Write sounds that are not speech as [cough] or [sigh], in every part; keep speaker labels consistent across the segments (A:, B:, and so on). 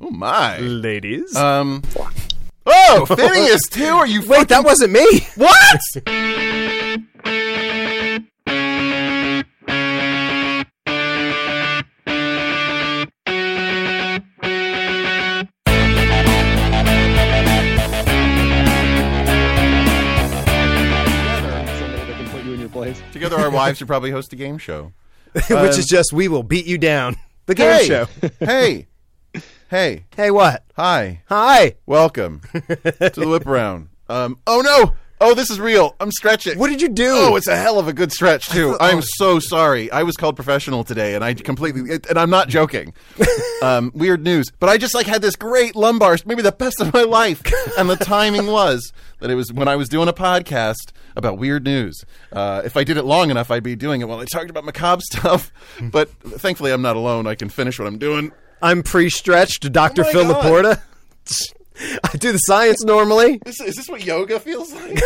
A: Oh my.
B: ladies.
C: [laughs]
A: Um. Oh, [laughs] Phineas too. Are you
C: Wait, that wasn't me.
A: [laughs] what?
D: Somebody that can put you in your place.
A: Together, our wives should probably host a game show.
C: [laughs] Which is just we will beat you down. The game
A: Um, hey,
C: show.
A: [laughs] hey, hey,
C: Hey, what?
A: hi,
C: Hi. [laughs]
A: welcome to the whip round. Um. Oh no. Oh, this is real. I'm stretching.
C: What did you do?
A: Oh, it's a hell of a good stretch too. I'm so sorry. I was called professional today, and I completely it- and I'm not [laughs] joking. um, weird news, but I just like had this great lumbar, maybe the best of my life. And the timing was that it was when I was doing a podcast about weird news. Uh, if I did it long enough, I'd be doing it while I talked about macabre [laughs] stuff. But thankfully, I'm not alone. I can finish what I'm doing.
C: I'm pre-stretched, Doctor
A: Oh my
C: Phil
A: God.
C: Laporta. [laughs] I do the science normally.
A: Is, is this what yoga feels [laughs] like?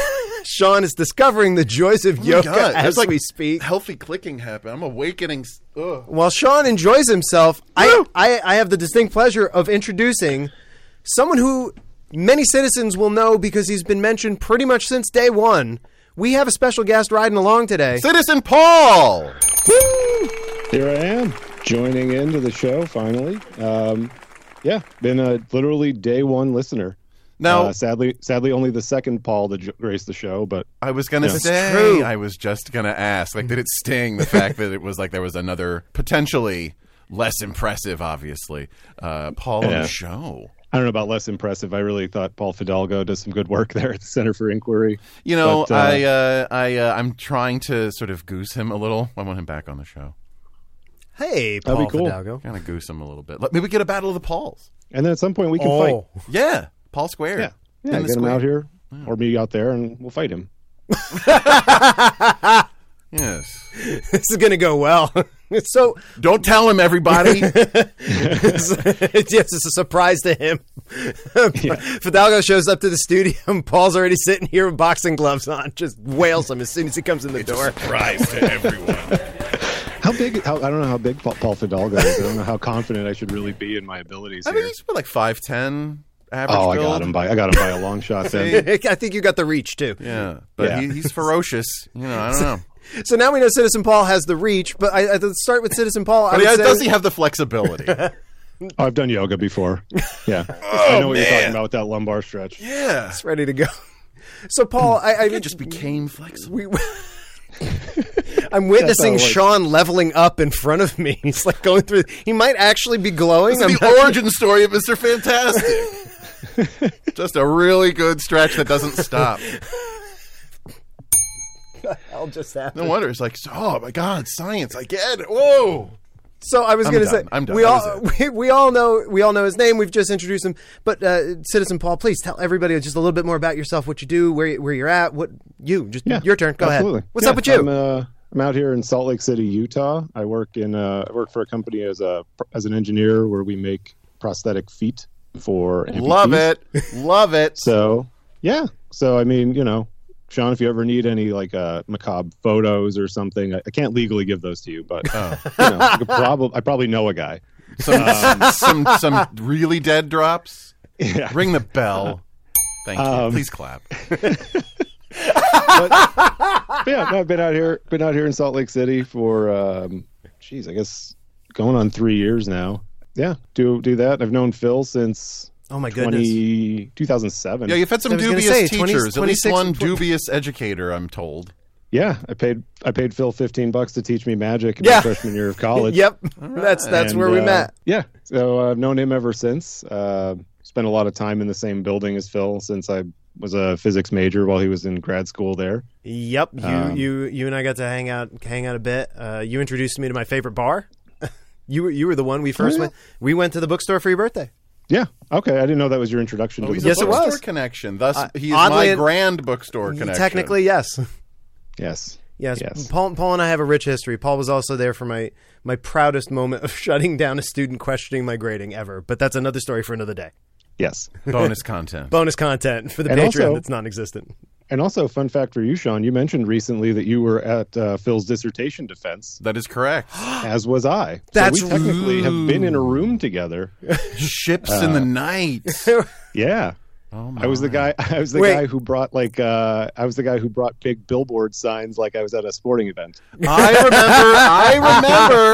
C: Sean is discovering the joys of
A: Oh my
C: yoga
A: God,
C: as
A: there's, like
C: we speak.
A: Healthy clicking happen. I'm awakening. s- Ugh.
C: While Sean enjoys himself, I,
A: Woo!
C: I, I have the distinct pleasure of introducing someone who many citizens will know because he's been mentioned pretty much since day one. We have a special guest riding along today.
A: Citizen Paul.
D: Here I am, joining into the show finally. Um, yeah, been a literally day one listener.
A: Now,
D: Uh, sadly, sadly, only the second Paul to j- grace the show, but
A: I was gonna
D: That's
A: say.
C: true.
A: I was just gonna ask. Like, did it sting the fact that it was like there was another potentially less impressive, obviously, uh, Paul on
D: Yeah.
A: the show?
D: I don't know about less impressive. I really thought Paul Fidalgo does some good work [laughs] there at the Center for Inquiry.
A: You know,
D: But, uh,
A: I, uh, I, uh, I'm trying to sort of goose him a little. I want him back on the show.
C: Hey,
D: That'd be
C: Paul
D: cool.
C: Fidalgo.
A: Kind of goose him a little bit. Like, maybe get a battle of the Pauls.
D: And then at some point we can fight.
C: Oh, [laughs]
A: Yeah, Paul Square.
D: Yeah,
A: In
D: yeah,
A: the
D: get him
A: square.
D: out here or me out there, and we'll fight him.
A: Yes.
C: this is going to go well. [laughs] so,
A: Don't tell him,
D: [laughs]
A: everybody. [laughs]
C: [laughs] yes, it's a surprise to him. [laughs] Fidalgo shows up to the studio, and Paul's already sitting here with boxing gloves on, just wails him as soon as he comes in the door.
A: Surprise to everyone.
D: How big? How, I don't know how big Paul, Paul Fidalgo is. I don't know how confident I should really be in my abilities
A: I
D: here.
A: mean, he's like five ten average.
D: oh, I
A: build.
D: got him by I got him by a long shot.
A: [laughs]
C: [laughs]
D: Then.
C: I think you got the reach, too.
A: Yeah, but
D: Yeah.
A: He, he's ferocious. You know, I
D: [laughs]
A: don't know.
C: So now we know Citizen Paul has the reach, but I, I let's start with Citizen Paul. I
A: But
C: would
A: yeah,
C: say-
A: does he have the flexibility?
D: Oh, I've done
C: [laughs]
D: yoga before. Yeah,
C: Oh,
D: I know what you're talking about with that lumbar stretch.
A: yeah.
C: It's [laughs] ready to go. So Paul, I, I
A: It just became flexible.
C: we, [laughs] I'm witnessing
D: like-
C: Sean leveling up in front of me. [laughs] He's like going through. He might actually be glowing. I'm
A: the origin story of Mr. Fantastic. just a really good stretch that doesn't stop.
C: I'll just
A: No
C: happen.
A: wonder it's like, oh my God, science! I get it. Whoa.
C: So I was
A: I'm
C: going to
A: done.
C: say,
A: I'm done.
C: we
A: That
C: all
A: was
C: [laughs] we, we all know we all know his name. We've just introduced him. But uh, Citizen Paul, please tell everybody just a little bit more about yourself, what you do, where you- where you're at, what you just
D: Yeah,
C: your turn. Go
D: absolutely.
C: ahead. What's
D: Yeah,
C: up with you?
D: I'm, uh, I'm out here in Salt Lake City, Utah. I work in uh, I work for a company as a as an engineer where we make prosthetic feet for
A: Love
D: amputees.
A: it. Love it. [laughs]
D: So yeah, so I mean, you know, Sean, if you ever need any like uh, macabre photos or something, I, I can't legally give those to you, but
A: Oh.
D: you
C: [laughs]
D: know, I, could probab- I probably know a guy. [laughs]
A: Some, some some really dead drops.
D: Yeah.
A: Ring the bell. Thank you.
D: Um,
A: Please clap.
D: But yeah, no, I've been out here, been out here in Salt Lake City for, um, geez, I guess going on three years now. Yeah, do do that. I've known Phil since
C: oh my goodness.
D: 20, 2007.
A: Yeah, you've had some
C: I was gonna
A: dubious
C: say, 20
A: teachers. At least
C: 26
A: one dubious educator, I'm told.
D: Yeah, I paid I paid Phil fifteen bucks to teach me magic in
C: Yeah.
D: my freshman year of college.
C: [laughs] Yep, that's that's
D: And,
C: where we
D: uh,
C: met.
D: Yeah. So I've known him ever since. Uh, spent a lot of time in the same building as Phil since I was a physics major while he was in grad school there.
C: Yep, you
D: Um,
C: you you and I got to hang out hang out a bit. Uh, you introduced me to my favorite bar. [laughs] you were you were the one
A: Oh,
C: we first
D: yeah?
C: went. We went to the bookstore for your birthday.
D: Yeah. Okay. I didn't know that was your introduction
A: Oh,
D: to
A: he's
D: the
C: Yes,
A: a
C: it
D: bookstore.
C: was.
A: bookstore connection. Thus,
C: Uh,
A: he's
C: oddly
A: my
C: en-
A: grand bookstore connection.
C: Technically, yes,
D: Yes.
C: yes.
D: Yes.
C: Paul Paul and I have a rich history. Paul was also there for my my proudest moment of [laughs] shutting down a student questioning my grading ever. But that's another story for another day.
D: Yes.
A: bonus content.
C: Bonus content for the
D: And
C: Patreon
A: [laughs]
D: also-
C: that's non-existent.
D: And also, fun fact for you, Sean, you mentioned recently that you were at uh, Phil's
A: [gasps]
D: dissertation defense,
A: That is correct.
D: as was I.
C: That's
D: so we technically have been in a room together.
A: Ships in
D: Uh.
A: the night.
D: [laughs] Yeah.
A: Oh my.
D: I was the guy. [laughs] I was the
C: Wait.
D: guy who brought like. Uh, I was the guy who brought big billboard signs, like I was at a sporting event.
A: I remember. I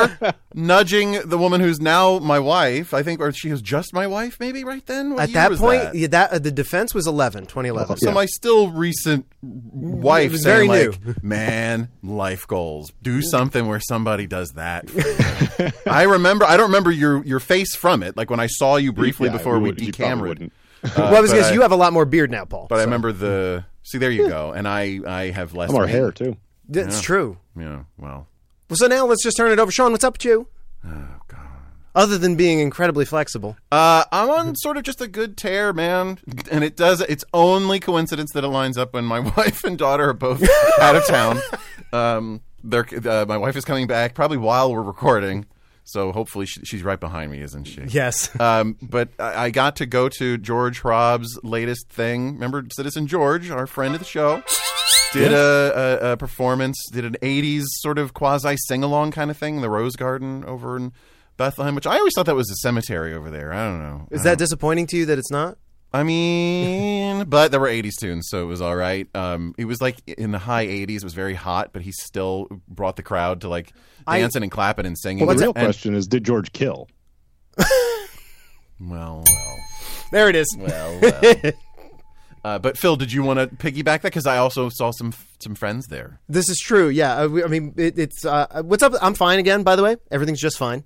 A: remember nudging the woman who's now my wife. I think, or she was just my wife, maybe right then. What
C: At
A: year
C: that
A: was
C: point,
A: that?
C: yeah, that uh, the defense was 11, 2011.
A: So my still recent wife
C: It was
A: saying
C: very
A: like, "Man, life goals.
D: [laughs]
A: Do something where somebody does that." for you." I remember. I don't remember your your face from it. Like when I saw you briefly
D: Yeah,
A: before
D: you
A: we
D: would- you probably
A: decamered.
D: wouldn't.
C: well, I was
A: but
C: because
A: I-
C: you have a lot more beard now, Paul.
A: But I remember the. See, there you go. And I I have less.
D: Hmm. I'm our
A: man-
D: hair too.
C: That's true.
A: Yeah. Well.
C: Well, so now let's just turn it over. Sean, what's up with you?
A: Oh God.
C: Other than being incredibly flexible,
A: Uh, I'm on sort of just a good tear, man. And it does. It's only coincidence that it lines up when my [laughs] wife and daughter are both out of town. Um, they're, uh, my wife is coming back probably while we're recording, so hopefully she, she's right behind me, isn't she?
C: yes. [laughs]
A: Um, but I, I got to go to George Hobbs' latest thing. Remember, Citizen George, our friend of the show, did a, a, a performance, did an '80s sort of quasi sing-along kind of thing, in the Rose Garden over in Bethlehem, which I always thought that was a cemetery over there. I don't know. Um,
C: Is that disappointing to you that it's not?
A: I
D: [laughs]
A: mean, but there were 80s tunes, so it was all right. Um, it was like in the high 80s, it was very hot, but he still brought the crowd to like dancing and clapping and singing.
D: Well, the real
A: And-
D: question is, did George kill?
A: well, well,
C: There it is.
A: well, well. Uh, but Phil, did you want to piggyback that? Because I also saw some some friends there.
C: This is true. Yeah, I, we- I mean, it, it's uh, what's up. I'm fine again. By the way, everything's just fine.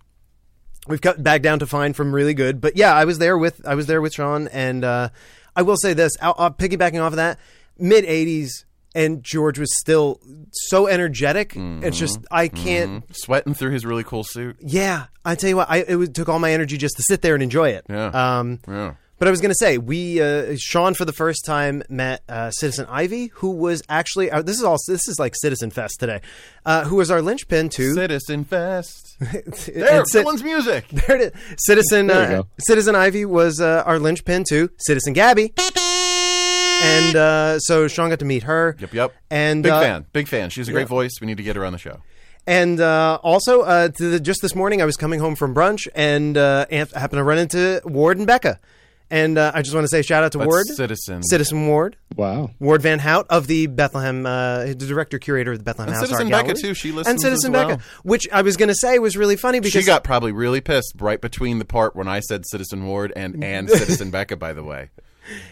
C: We've cut back down to fine from really good, but yeah, I was there with I was there with Sean, and uh, I will say this: I'll, i piggybacking off of that, mid '80s, and George was still so energetic. It's just I can't.
A: Sweating through his really cool suit.
C: Yeah, I tell you what, I it would- took all my energy just to sit there and enjoy it.
A: Yeah.
C: Um,
A: Yeah.
C: But I was going to say, we uh, Sean for the first time met uh, Citizen Ivy, who was actually uh, this is all this is like Citizen Fest today, uh, who was our linchpin to
A: Citizen Fest. There,
C: [laughs] and Ci-
A: Dylan's music.
C: [laughs] there it is. Citizen
D: There you
C: uh,
D: go.
C: Citizen Ivy was uh, our linchpin to Citizen Gabby, and uh, so Sean got to meet her.
A: Yep, yep.
C: And
A: Big
C: uh,
A: fan. Big fan. She has a great voice. We need to get her on the show.
C: And uh, also, uh, to the, just this morning, I was coming home from brunch and uh, am- happened to run into Ward and Becca. And uh, I just want to say shout out to Ward,
A: Citizen.
C: Citizen Ward,
D: Wow.
C: Ward Van Hout of the Bethlehem, uh, the director curator of the Bethlehem
A: And
C: House
A: Citizen
C: Art
A: Becca,
C: Gallery.
A: too. She
C: and
A: listens
C: Citizen
A: as well.
C: Becca, which I was going to say was really funny because
A: She got probably really pissed right between the part when I said Citizen Ward and
C: [laughs]
A: and Citizen Becca. By the way,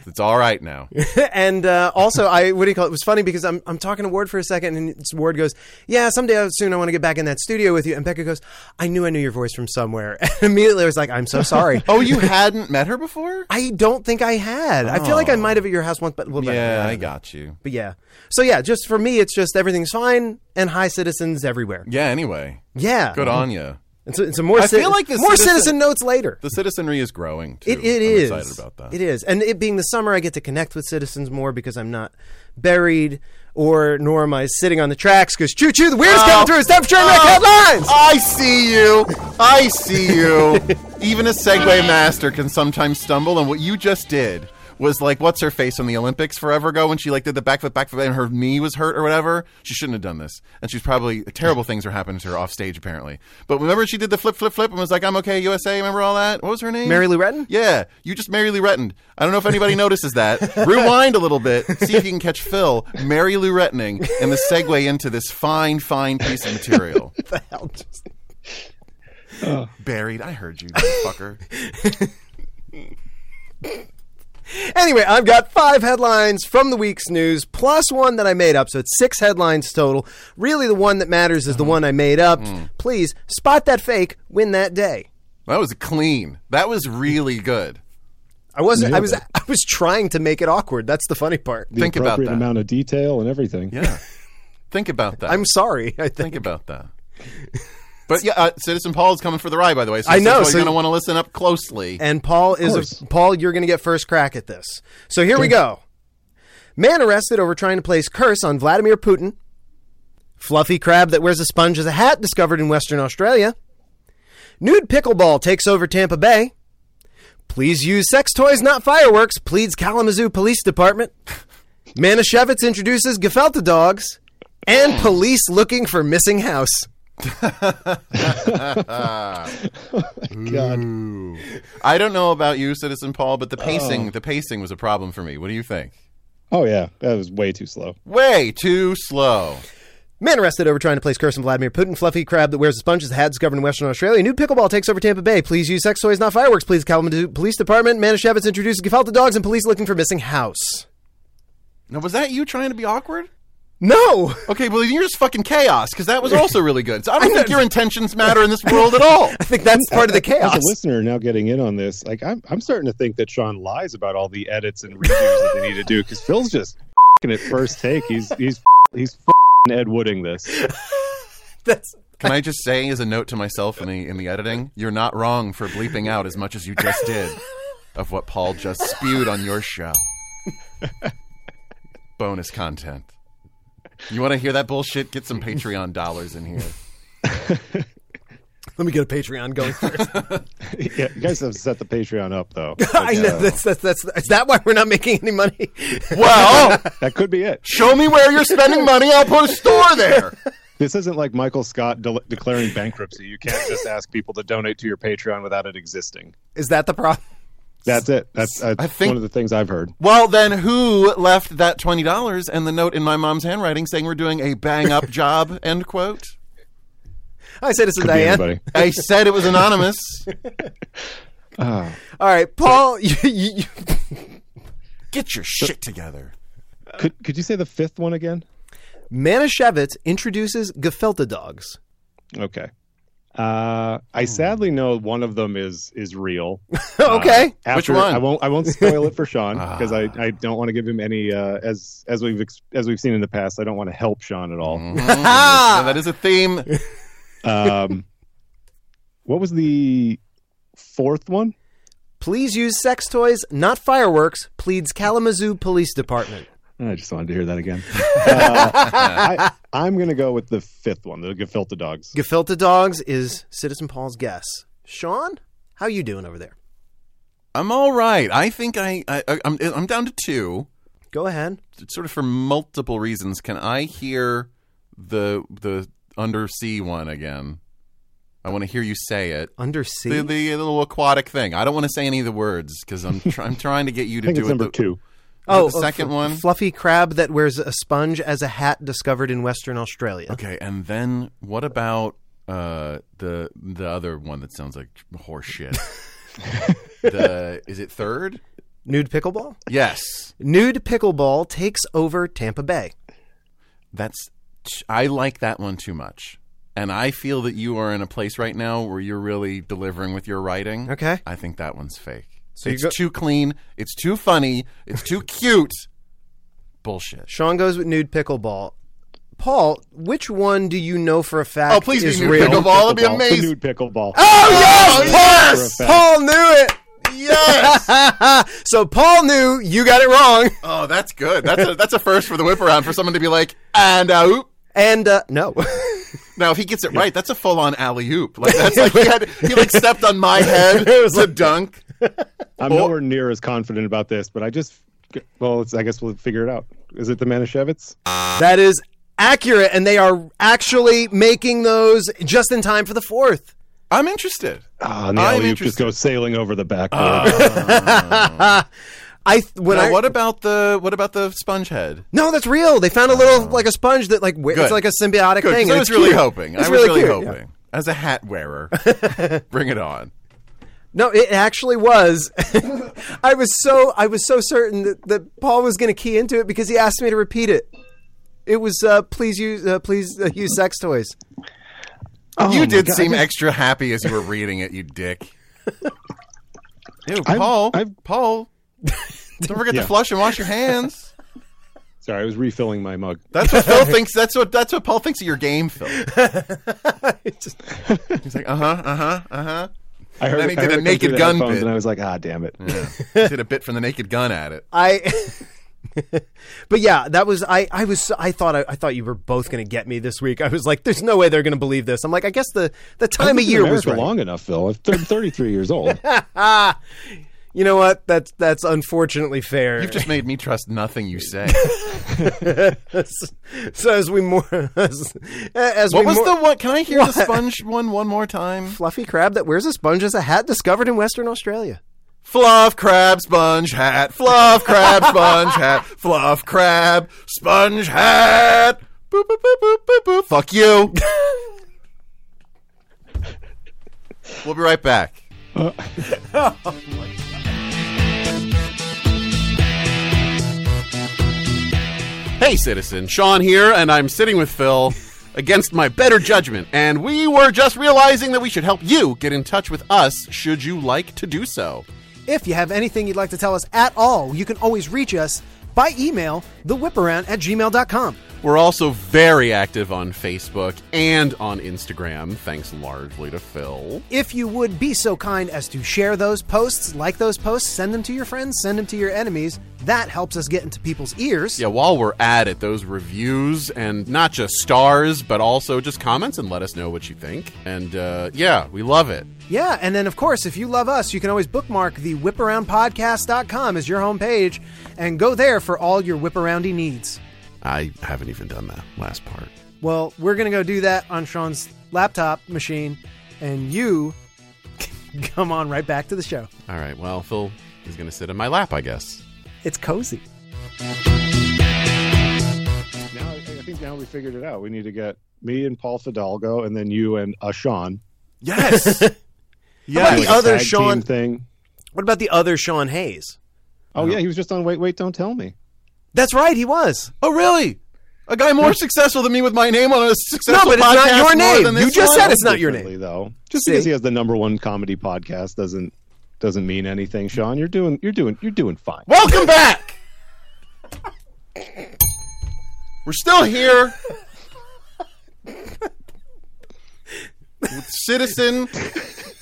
A: it's all right now.
C: [laughs] and uh, also I what do you call it? It was funny because I'm I'm talking to Ward for a second, and it's- Ward goes, "Yeah, someday uh, soon I want to get back in that studio with you." And Becca goes, "I knew I knew your voice from somewhere." [laughs] And immediately I was
A: [laughs]
C: like, "I'm so sorry."
A: Oh, you hadn't met her
C: [laughs]
A: before?
C: I don't think I had. I feel like I might have at your house once, but a little bit.
A: Oh. Yeah, I got you.
C: But yeah. So yeah, just for me, it's just everything's fine and high citizens everywhere.
A: Yeah. Anyway,
C: Yeah.
A: good on you.
C: And so, and so more. I
A: feel like this
C: more
A: citizen-
C: citizen, notes later.
A: The citizenry is growing. Too.
C: It it
A: I'm
C: is.
A: excited about that.
C: It is, and it being the summer, I get to connect with citizens more because I'm not buried, or nor am I sitting on the tracks because choo choo, the weird's
A: Oh.
C: coming through. It's time for train wreck headlines.
A: I see you. I see
C: [laughs]
A: you. Even a Segway master can sometimes stumble, and what you just did was like, what's her face in the Olympics forever ago when she like did the backflip, backflip, and her knee was hurt or whatever. She shouldn't have done this, and she's probably terrible things are happening to her off stage apparently. But remember, she did the flip, flip, flip, and was like, "I'm okay, USA." Remember all that? What was her name?
C: Mary
A: [laughs]
C: Lou Retton?
A: Yeah, you just Mary Lou Retton. I don't know if anybody notices
C: [laughs]
A: that. Rewind a little bit, see if you can catch Phil Mary Lou Rettoning and the segue into this fine, fine piece of material.
C: The hell just-
A: Buried. I heard you, fucker.
C: Anyway, I've got five headlines from the week's news, plus one that I made up. So it's six headlines total. Really, the one that matters
A: Mm.
C: is the one I made up. Please spot that fake, win that day.
A: [laughs] That was clean. That was really good.
C: I wasn't. I
D: Nailed
C: was.
D: it.
C: I was trying to make it awkward. That's the funny part.
D: The
A: Think about
D: appropriate
A: that.
D: amount of detail and everything.
A: Yeah. Think about that.
C: I'm sorry. I think.
A: Think about that. But yeah, uh, Citizen Paul is coming for the ride. By the way, so
C: I know,
A: Citizen Paul,
C: so-
A: you're going to want to listen up closely.
C: And Paul is
D: course.
C: a, Paul. You're going to get first crack at this. So here we go. Man arrested over trying to place curse on Vladimir Putin. Fluffy crab that wears a sponge as a hat discovered in Western Australia. Nude pickleball takes over Tampa Bay. Please use sex toys, not fireworks, pleads Kalamazoo Police Department. Manischewitz introduces Gefelte dogs and police looking for missing house.
A: Mm.
D: God.
A: I don't know about you, Citizen Paul, but the
C: Oh.
A: pacing the pacing was a problem for me. What do you think?
D: Oh yeah, that was way too slow.
A: Way too slow.
C: Man arrested over trying to place curse on Vladimir Putin. Fluffy crab that wears a sponge is a hat discovered in Western Australia. New pickleball takes over Tampa Bay. Please use sex toys, not fireworks. Please Kalamazoo Police Department. Manischewitz introduces Gefelte dogs and police looking for missing house.
A: Now was that you trying to be awkward?
C: No,
A: Okay, well you're just fucking chaos because
C: [laughs]
A: that was also really good. So I don't think your intentions matter in this world at all.
C: I think [laughs] that's part of the chaos.
D: As a listener now getting in on this, like I'm, I'm starting to think that Sean lies about all the edits and redos that they need to do because Phil's just f***ing at first take. He's he's he's f***ing Ed Wooding this.
C: That's
A: Can I just say as a note to myself in the in the editing, you're not wrong for bleeping out as much as you just did of what Paul just spewed on your show. Bonus content. You want to hear that bullshit? Get some Patreon dollars in here.
C: let me get a Patreon [laughs] going first.
D: Yeah, you guys have set the Patreon up though. uh,
C: I know that's, that's that's is that why we're not making any money? [laughs]
A: Well,
D: That could be it.
A: show me where you're spending money. I'll put a store there.
D: This isn't like Michael Scott de- declaring bankruptcy. You can't just ask people to donate to your Patreon without it existing.
C: is that the problem?
D: That's it. That's, that's
A: I think-
D: one of the things I've heard.
A: Well, then who left that $20 and the note in my mom's handwriting saying we're doing a bang up job, end quote?
C: Hi, citizen
D: Could be
C: Diane.
D: anybody.
A: I said it was anonymous.
C: All right, Paul. [laughs] You, you, you,
A: Get your shit together.
D: Could could you say the fifth one again?
C: Manischewitz introduces Gefelte dogs.
D: Okay. Uh, I sadly know one of them is is real.
C: okay.
D: Uh, After,
A: one?
D: I won't. I won't
A: [laughs]
D: spoil it for Sean because I, I don't want to give him any. Uh, as as we've ex- as we've seen in the past, I don't want to help Sean at all.
A: Mm-hmm. Yeah, that is a theme.
D: Um, what was the fourth one?
C: Please use sex toys, not fireworks, pleads Kalamazoo Police Department.
D: I just wanted to hear that again. Uh, I, I'm going to go with the fifth one, the gefilte dogs.
C: Gefilte dogs is Citizen Paul's guess. Sean, how you doing over there?
A: I'm all right. I think I, I I- I'm I'm down to two,
C: Go ahead.
A: sort of for multiple reasons. Can I hear the the undersea one again? I want to hear you say it.
C: Undersea.
A: The, the little aquatic thing. I don't want to say any of the words because I'm try, I'm trying to get you
D: I
A: to
D: think
A: do
D: it's
A: it.
D: number
A: the,
D: two.
A: Oh, the second
C: fl-
A: one.
C: Fluffy crab that wears a sponge as a hat discovered in Western Australia.
A: Okay, and then what about uh, the the other one that sounds like
D: [laughs]
A: horseshit? the is it third?
C: Nude pickleball?
A: Yes.
C: Nude pickleball takes over Tampa Bay.
A: That's t- I like that one too much. And I feel that you are in a place right now where you're really delivering with your writing.
C: Okay.
A: I think that one's fake.
C: So you
A: it's
C: go-
A: too clean, it's too funny, it's
C: [laughs]
A: too cute. Bullshit.
C: Sean goes with nude pickleball. Paul, which one do you know for a fact
A: Oh, please
C: is
A: be nude
C: real?
A: pickleball. That'd be
D: Pickleball, the
A: amazing. Ah!
D: nude pickleball.
C: Oh, yes! Paul-
D: For a fact.
C: Paul knew it!
A: Yes.
C: [laughs] so Paul knew you got it wrong.
A: oh, that's good. That's a that's a first for the whip around for someone to be like, and uh, oop.
C: And uh, no. [laughs]
A: Now if he gets it right, that's a full on alley oop. Like that's like he had he
C: [laughs]
A: like stepped on my head to dunk.
D: I'm nowhere near as confident about this, but I just well, it's, I guess we'll figure it out. Is it the Manischewitz?
A: Ah,
C: that is accurate and they are actually making those just in time for the 4th.
A: I'm interested.
D: Ah, and the
A: I'm
D: alley-oop just
A: interested. Ah,
D: goes sailing over the backboard.
C: I th- when
A: Now
C: I
A: what about the what about the sponge head?
C: No, that's real. They found a little like a sponge that like wi-
A: Good.
C: it's like a symbiotic
A: Good,
C: thing.
A: 'cause I
C: and
A: was
C: it's
A: really
C: cute.
A: hoping.
C: It's
A: I was really,
C: cute, yeah.
A: hoping. As a hat wearer, bring it on.
C: No, it actually was. [laughs] I was so I was so certain that, that Paul was going to key into it because he asked me to repeat it. It was uh, please use uh, please uh, use sex toys. [laughs]
D: Oh
A: you did seem extra happy as you were reading it, you dick. Ew, Paul,
D: I'm-
A: Paul, don't forget
D: Yeah.
A: to flush and wash your hands.
D: Sorry, I was refilling my mug.
A: That's what Phil thinks. That's what that's what Paul thinks of your game, Phil.
C: It just-
A: He's like, uh huh, uh huh, uh huh.
D: I heard,
A: then he
D: I
A: did
D: heard
A: a
D: it come
A: naked
D: through the
A: gun
D: headphones
A: bit.
D: and I was like, ah, damn it.
A: Did a bit from the Naked Gun at it.
C: I. [laughs] But yeah, that was I. I was I thought I, I thought you were both going to get me this week. I was like, "There's no way they're going to believe this." I'm like, "I guess the the time of
D: I've been in
C: year was
D: America
C: right."
D: long enough, Phil. I'm thir- 33 years old.
C: Ah, You know what? That's that's unfortunately fair.
A: You've just made me trust nothing you say.
C: [laughs] so as we more as, as
A: What
C: we
A: was
C: more,
A: the what? Can I hear the sponge one one more time?
C: fluffy crab that wears a sponge as a hat discovered in Western Australia?
A: Fluff crab sponge hat. Fluff crab sponge hat. Fluff crab sponge hat. Boop boop boop boop boop boop. Fuck you. we'll be right back.
E: Hey, citizen. Sean here, and I'm sitting with Phil against my better judgment. And we were just realizing that we should help you get in touch with us should you like to do so.
F: If you have anything you'd like to tell us at all, you can always reach us by email, thewhiparound at gmail.com.
E: We're also very active on Facebook and on Instagram, thanks largely to Phil.
F: If you would be so kind as to share those posts, like those posts, send them to your friends, send them to your enemies, that helps us get into people's ears.
E: Yeah, while we're at it, those reviews and not just stars, but also just comments and let us know what you think. And uh, yeah, we love it.
F: Yeah, and then of course, if you love us, you can always bookmark the whiparoundpodcast.com as your homepage and go there for all your whiparoundy needs.
E: I haven't even done that last part.
F: Well, we're going to go do that on Sean's laptop machine, and you [laughs] come on right back to the show.
E: All right, well, Phil is going to sit in my lap, I guess.
F: It's cozy.
D: Now I I think now we figured it out. We need to get me and Paul Fidalgo, and then you and uh, Sean.
F: [laughs]
A: Yes.
C: How about
D: Like
C: the
D: a
C: other
D: tag team
C: Sean?
D: thing.
C: What about the other Sean Hayes?
D: Oh yeah, he was just on. Wait, wait, don't tell me.
C: That's right, he was.
A: oh really? A guy more successful than me with my name on a
C: No,
A: successful
C: but it's
A: podcast
C: not your
A: more than
C: name. You
A: this
C: just
A: one?
C: said it's not your
D: Differently,
C: name.
D: though. Just
C: See?
D: because he has the number one comedy podcast doesn't doesn't mean anything, Sean. You're doing you're doing you're doing fine.
A: Welcome back. We're still here. With citizen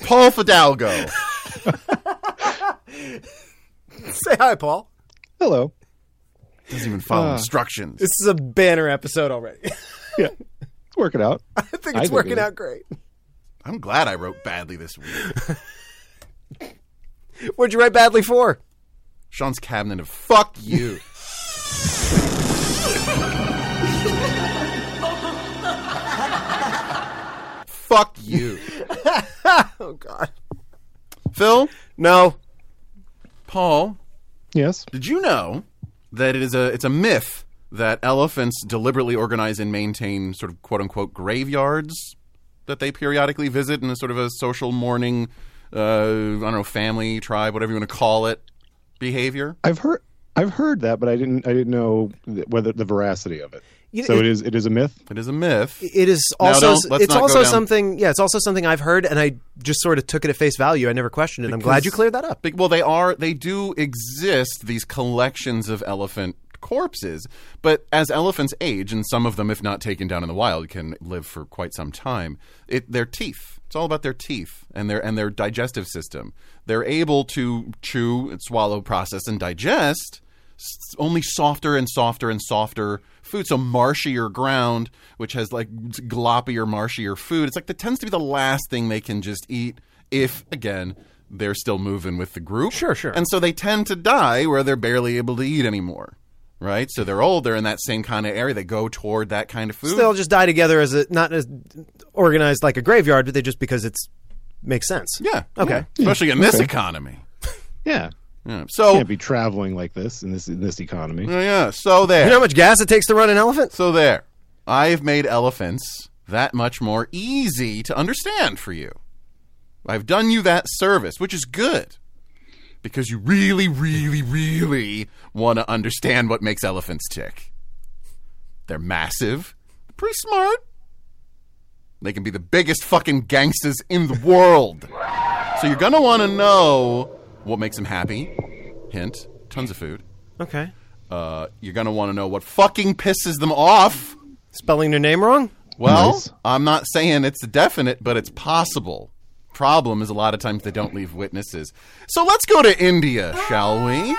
A: Paul Fidalgo.
C: Say hi, Paul.
D: Hello.
A: Doesn't even follow instructions.
C: This is a banner episode already.
D: Yeah, work it out. I
C: I think
D: I
C: it's
D: think
C: working
D: it is.
C: out great.
A: I'm glad I wrote badly this week.
C: What'd you write badly for?
A: Sean's cabinet of fuck
C: [laughs]
A: you. fuck you.
C: Oh God.
A: Phil,
C: No.
A: Paul,
D: Yes.
A: did you know that it is a it's a myth that elephants deliberately organize and maintain sort of quote unquote graveyards that they periodically visit in a sort of a social mourning uh, I don't know, family, tribe, whatever you want to call it, behavior?
D: I've heard I've heard that, but I didn't I didn't know th- whether the veracity of it. so it is it is a myth.
A: It is a myth.
C: It is
A: No,
C: also
A: don't. Let's
C: it's
A: not go
C: also
A: down-
C: something yeah, it's also something I've heard and I just sort of took it at face value. I never questioned it. I'm glad you cleared that up.
A: Be- Well, they are. They do exist. These collections of elephant corpses, but as elephants age, and some of them, if not taken down in the wild, can live for quite some time. It their teeth. It's all about their teeth and their and their digestive system. They're able to chew, and swallow, process, and digest s- only softer and softer and softer food. So marshier ground, which has like gloppier, marshier food. It's like that tends to be the last thing they can just eat if, again, they're still moving with the group. Sure, sure. And so they tend to die where they're barely able to eat anymore. Right, so they're old. They're in that same kind of area. They go toward that kind of food.
C: They all just die together as a not as organized like a graveyard, but they just because it's makes sense.
A: yeah.
C: Okay.
A: yeah. Especially in this economy.
D: Yeah.
A: Yeah. So
D: Can't be traveling like this in this in this economy.
A: yeah, yeah. So there.
C: You know how much gas it takes to run an elephant?
A: So there. I've made elephants that much more easy to understand for you. I've done you that service, which is good. Because you really, really, really want to understand what makes elephants tick. They're massive, pretty smart. They can be the biggest fucking gangsters in the world. So you're going to want to know what makes them happy. Hint, tons of food.
C: Okay.
A: Uh, you're going to want to know what fucking pisses them off.
C: Spelling their name wrong?
A: Well,
D: Nice.
A: I'm not saying it's definite, but it's possible. Problem is, a lot of times they don't leave witnesses. So let's go to India, shall we?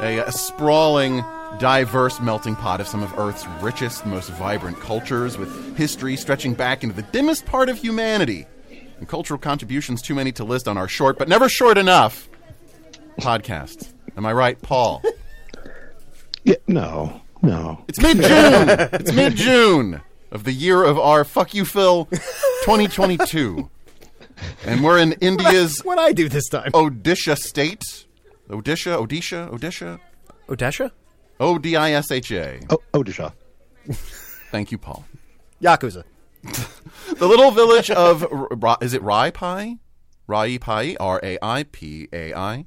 A: A, a sprawling, diverse melting pot of some of Earth's richest, most vibrant cultures, with history stretching back into the dimmest part of humanity. And cultural contributions too many to list on our short, but never short enough podcast. Am I right, Paul?
D: Yeah, no, no.
A: It's mid June. it's mid June of the year of our fuck you, Phil, 2022, and we're in India's
C: What I do this time?
A: Odisha state. Odisha, Odisha, Odisha,
C: Odesha?
A: O D I S H A.
D: Oh, Odisha.
A: Thank you, Paul.
C: Yakuza.
A: The little village of R- Ra- is it Rai Pai? Rai Pai, R A I P A I.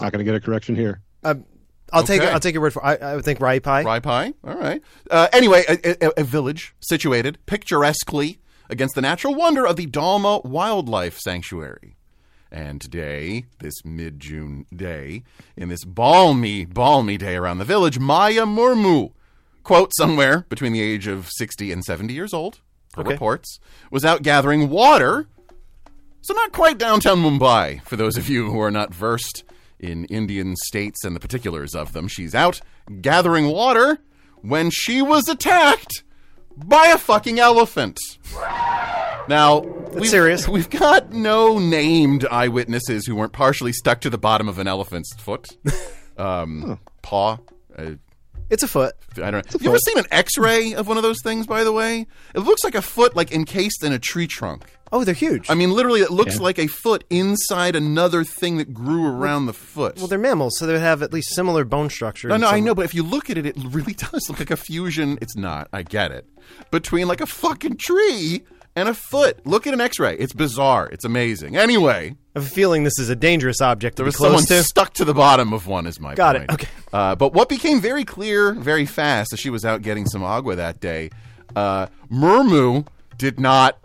D: Not going to get a correction here.
C: Um, I'll take
A: Okay.
C: I'll take your word for I, I would think Rai Pai.
A: Rai Pai. All right. Uh, anyway, a, a- a village situated picturesquely against the natural wonder of the Dalma Wildlife Sanctuary. And today, this mid June day, in this balmy, balmy day around the village, Maya Murmu, quote, somewhere between the age of 60 and 70 years old, per reports, was out gathering water so, not quite downtown Mumbai, for those of you who are not versed in Indian states and the particulars of them. She's out gathering water when she was attacked by a fucking elephant. Now, we've,
C: serious.
A: We've got no named eyewitnesses who weren't partially stuck to the bottom of an elephant's
C: [laughs]
A: foot, um, paw. Uh,
C: It's a foot.
A: I don't know. You ever seen an X-ray of one of those things? By the way, it looks like a foot, like encased in a tree trunk.
C: Oh, they're huge.
A: I mean, literally, it looks like a foot inside another thing that grew around the foot.
C: well, they're mammals, so they have at least similar bone structure.
A: no,
C: in
A: no, I
C: some-
A: know, but if you look at it, it really [laughs] does look like a fusion. It's not. I get it. Between like a fucking tree and a foot. Look at an X-ray. It's bizarre. It's amazing. Anyway,
C: I have a feeling this is a dangerous object to
A: there
C: be
A: was
C: close
A: someone
C: to.
A: stuck to the bottom of one. Is my
C: Got it.
A: point.
C: Okay.
A: Uh, but what became very clear, very fast, as she was out getting some agua that day, uh, Murmu did not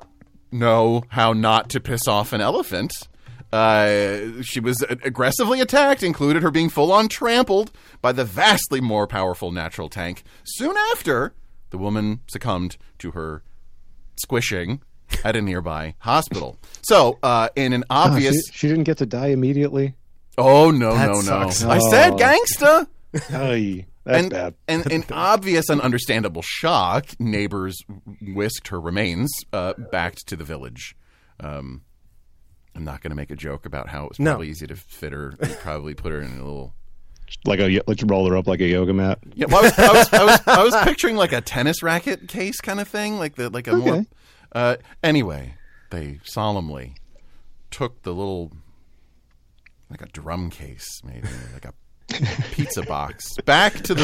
A: know how not to piss off an elephant. Uh, she was a- aggressively attacked, included her being full on trampled by the vastly more powerful natural tank. Soon after, the woman succumbed to her squishing at a nearby hospital. So, uh, in an
D: Ah, she,
A: obvious.
D: she didn't get to die immediately.
A: Oh no
C: That
A: no
C: sucks.
A: no! I said
D: Oh.
A: gangsta.
D: Ay, that's
A: And,
D: bad.
C: [laughs]
A: and an obvious and understandable shock, neighbors whisked her remains uh, back to the village. Um, I'm not going to make a joke about how it was
C: No.
A: probably easy to fit her. You probably put her in a little.
D: Like a let's roll her up like a yoga mat.
A: Yeah, well, I, was, I, was, I, was, I was picturing like a tennis racket case kind of thing, like the like a more.
D: Okay.
A: Uh, anyway, they solemnly took the little like a drum case, maybe like a pizza box, back to the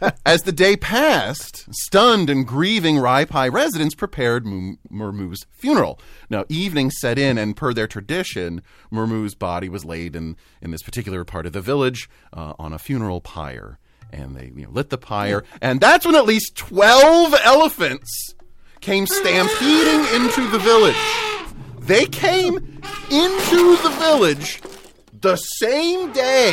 A: village. As the day passed, stunned and grieving Rai Pai residents prepared Mum- Murmu's funeral. Now, evening set in, and per their tradition, Murmu's body was laid in, in this particular part of the village uh, on a funeral pyre. And they you know, lit the pyre, and that's when at least 12 elephants came stampeding into the village. They came into the village the same day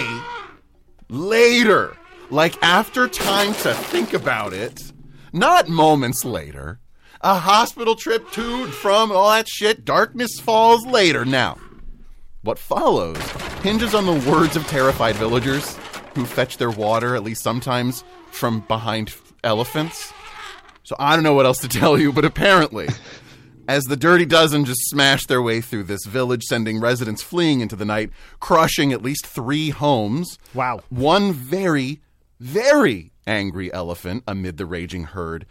A: later. Like after time to think about it. Not moments later. A hospital trip to and from all that shit. Darkness falls later now. What follows hinges on the words of terrified villagers who fetch their water, at least sometimes, from behind f- elephants. So I don't know what else to tell you, but apparently, as the Dirty Dozen just smashed their way through this village, sending residents fleeing into the night, crushing at least three homes.
G: Wow.
A: One very, very angry elephant amid the raging herd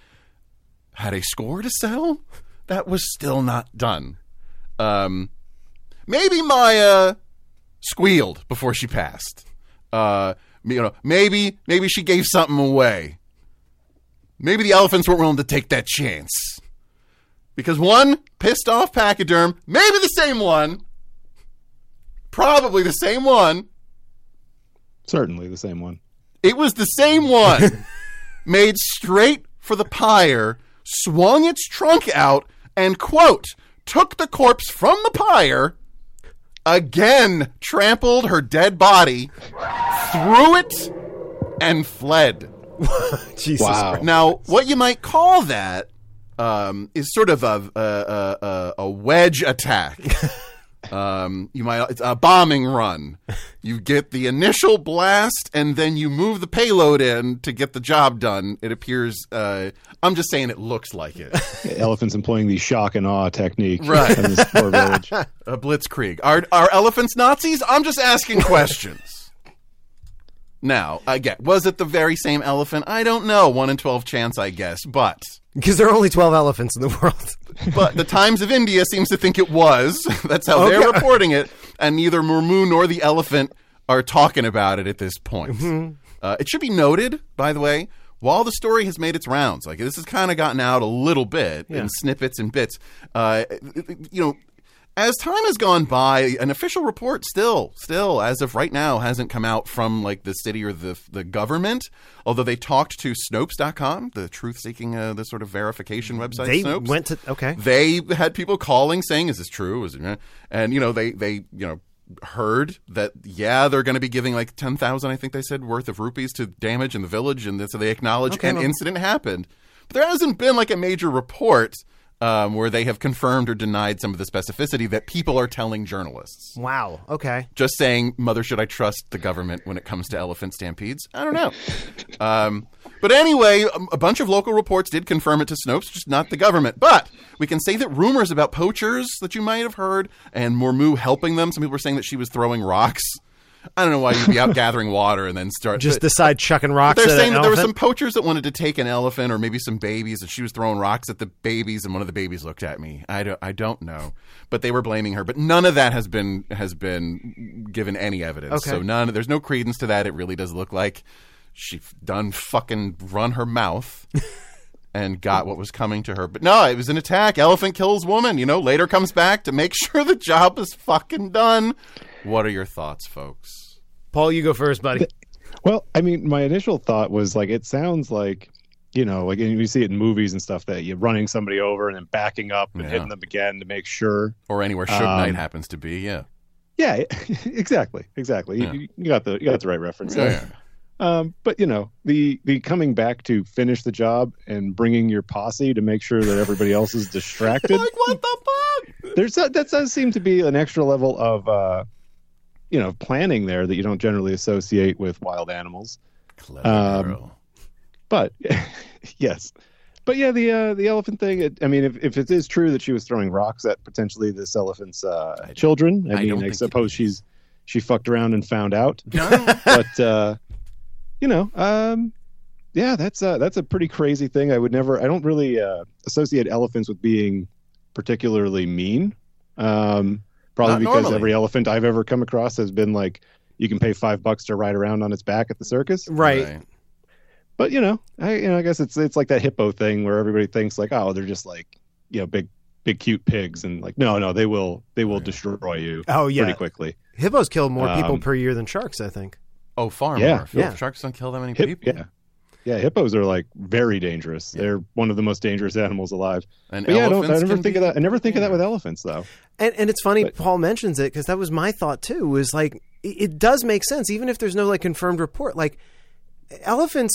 A: had a score to settle that was still not done. Um, maybe Maya squealed before she passed. Uh, you know, maybe maybe she gave something away. Maybe the elephants weren't willing to take that chance because one pissed off pachyderm, maybe the same one, probably the same one.
D: Certainly the same one.
A: It was the same one. made straight for the pyre, swung its trunk out, and quote, took the corpse from the pyre, again trampled her dead body, threw it, and fled.
C: Jesus.
D: Oh.
A: Now, what you might call that um, is sort of a, a, a, a- a wedge attack. Um, you might it's a bombing run. You get the initial blast, and then you move the payload in to get the job done. It appears. Uh, I'm just saying, it looks like it.
D: Elephants employing the shock and awe technique
A: Right.
D: in this poor village.
A: A blitzkrieg. Are are elephants Nazis? I'm just asking questions. now, again, was it the very same elephant? I don't know. One in twelve chance, I guess. But
C: [laughs] Because there are only 12 elephants in the
A: [laughs]
C: world.
A: but the Times of India seems to think it was. [laughs] That's how they're reporting it, and neither Murmu nor the elephant are talking about it at this point. Uh, it should be noted, by the way, while the story has made its rounds, like this has kind of gotten out a little bit in snippets and bits. Uh, you know, as time has gone by, an official report still, still as of right now, hasn't come out from like the city or the the government. Although they talked to Snopes.com, the truth-seeking, uh, the sort of verification website.
C: They
A: Snopes
C: went to. Okay.
A: they had people calling saying is this true is it and you know they they you know heard that yeah they're going to be giving like 10,000 I think they said worth of rupees to damage in the village and so they acknowledge an incident happened but there hasn't been like a major report um, where they have confirmed or denied some of the specificity that people are telling journalists
C: Wow. Okay.
A: just saying, mother, should I trust the government when it comes to elephant stampedes? I don't know. um, but anyway, a, a bunch of local reports did confirm it to Snopes, just not the government. But we can say that rumors about poachers that you might have heard and Mormu helping them. Some people were saying that she was throwing rocks. I don't know why you'd be out [laughs] gathering water and then start
C: Just the side chucking
A: but
C: rocks.
A: they're
C: at
A: saying
C: an
A: that there were some
C: elephant?
A: poachers that wanted to take an elephant or maybe some babies, and she was throwing rocks at the babies, and one of the babies looked at me. I don't, I don't know, but they were blaming her. But none of that has been has been given any evidence.
C: Okay.
A: So none, there's no credence to that. It really does look like she f- done fucking run her mouth. And got what was coming to her, but no, it was an attack. Elephant kills woman. You know, later comes back to make [laughs] sure the job is fucking done. What are your thoughts, folks?
C: Paul, you go first, buddy.
D: Well, I mean, my initial thought was like, it sounds like, you know, like and you see it in movies and stuff that you're running somebody over and then backing up and
A: Yeah.
D: hitting them again to make sure.
A: Or anywhere Suge
D: Um,
A: Knight happens to be, yeah.
D: Yeah, [laughs] exactly, exactly. You-
A: Yeah.
D: You, you got the you got the right reference.
A: Yeah,
D: there.
A: yeah.
D: Um, but you know, the the coming back to finish the job and bringing your posse to make sure that everybody
A: [laughs]
D: else is distracted.
A: Like what the fuck?
D: There's that that does seem to be an extra level of uh, you know planning there that you don't generally associate with wild animals.
A: Clever
D: Um, But [laughs] yes, but yeah, the uh, the elephant thing. It, I mean, if, if it is true that she was throwing rocks at potentially this elephant's uh, children,
A: I
D: I,
A: don't
D: mean, I
A: think it is.
D: suppose she's she fucked around and found out.
A: No.
D: [laughs]
A: [laughs]
D: but uh, you know, um, yeah, that's uh, that's a pretty crazy thing. I would never. I don't really uh, associate elephants with being particularly mean. Um, probably
A: Not
D: because
A: normally.
D: every elephant I've ever come across has been like, you can pay five bucks to ride around on its back at the circus.
C: Right.
D: But you know, I you know, I guess it's it's like that hippo thing where everybody thinks like, oh, they're just like you know, big big cute pigs, and like, no, no, they will they will destroy you
C: Oh, yeah.
D: pretty quickly.
C: Hippos kill more people
D: Um,
C: per year than sharks, I think.
A: Oh, far
D: Yeah,
A: more. If
C: yeah.
A: Sharks don't kill that many
D: Hip-
A: people.
D: yeah. Yeah, hippos are like very dangerous. They're one of the most dangerous animals alive.
A: And
D: But yeah, I, don't, I
A: elephants
D: never
A: can
D: think of
A: be-
D: that. I never think of
A: yeah.
D: that with elephants, though.
C: And and it's funny
D: But-
C: Paul mentions it because that was my thought too. Was like it, it does make sense even if there's no like confirmed report. Like elephants,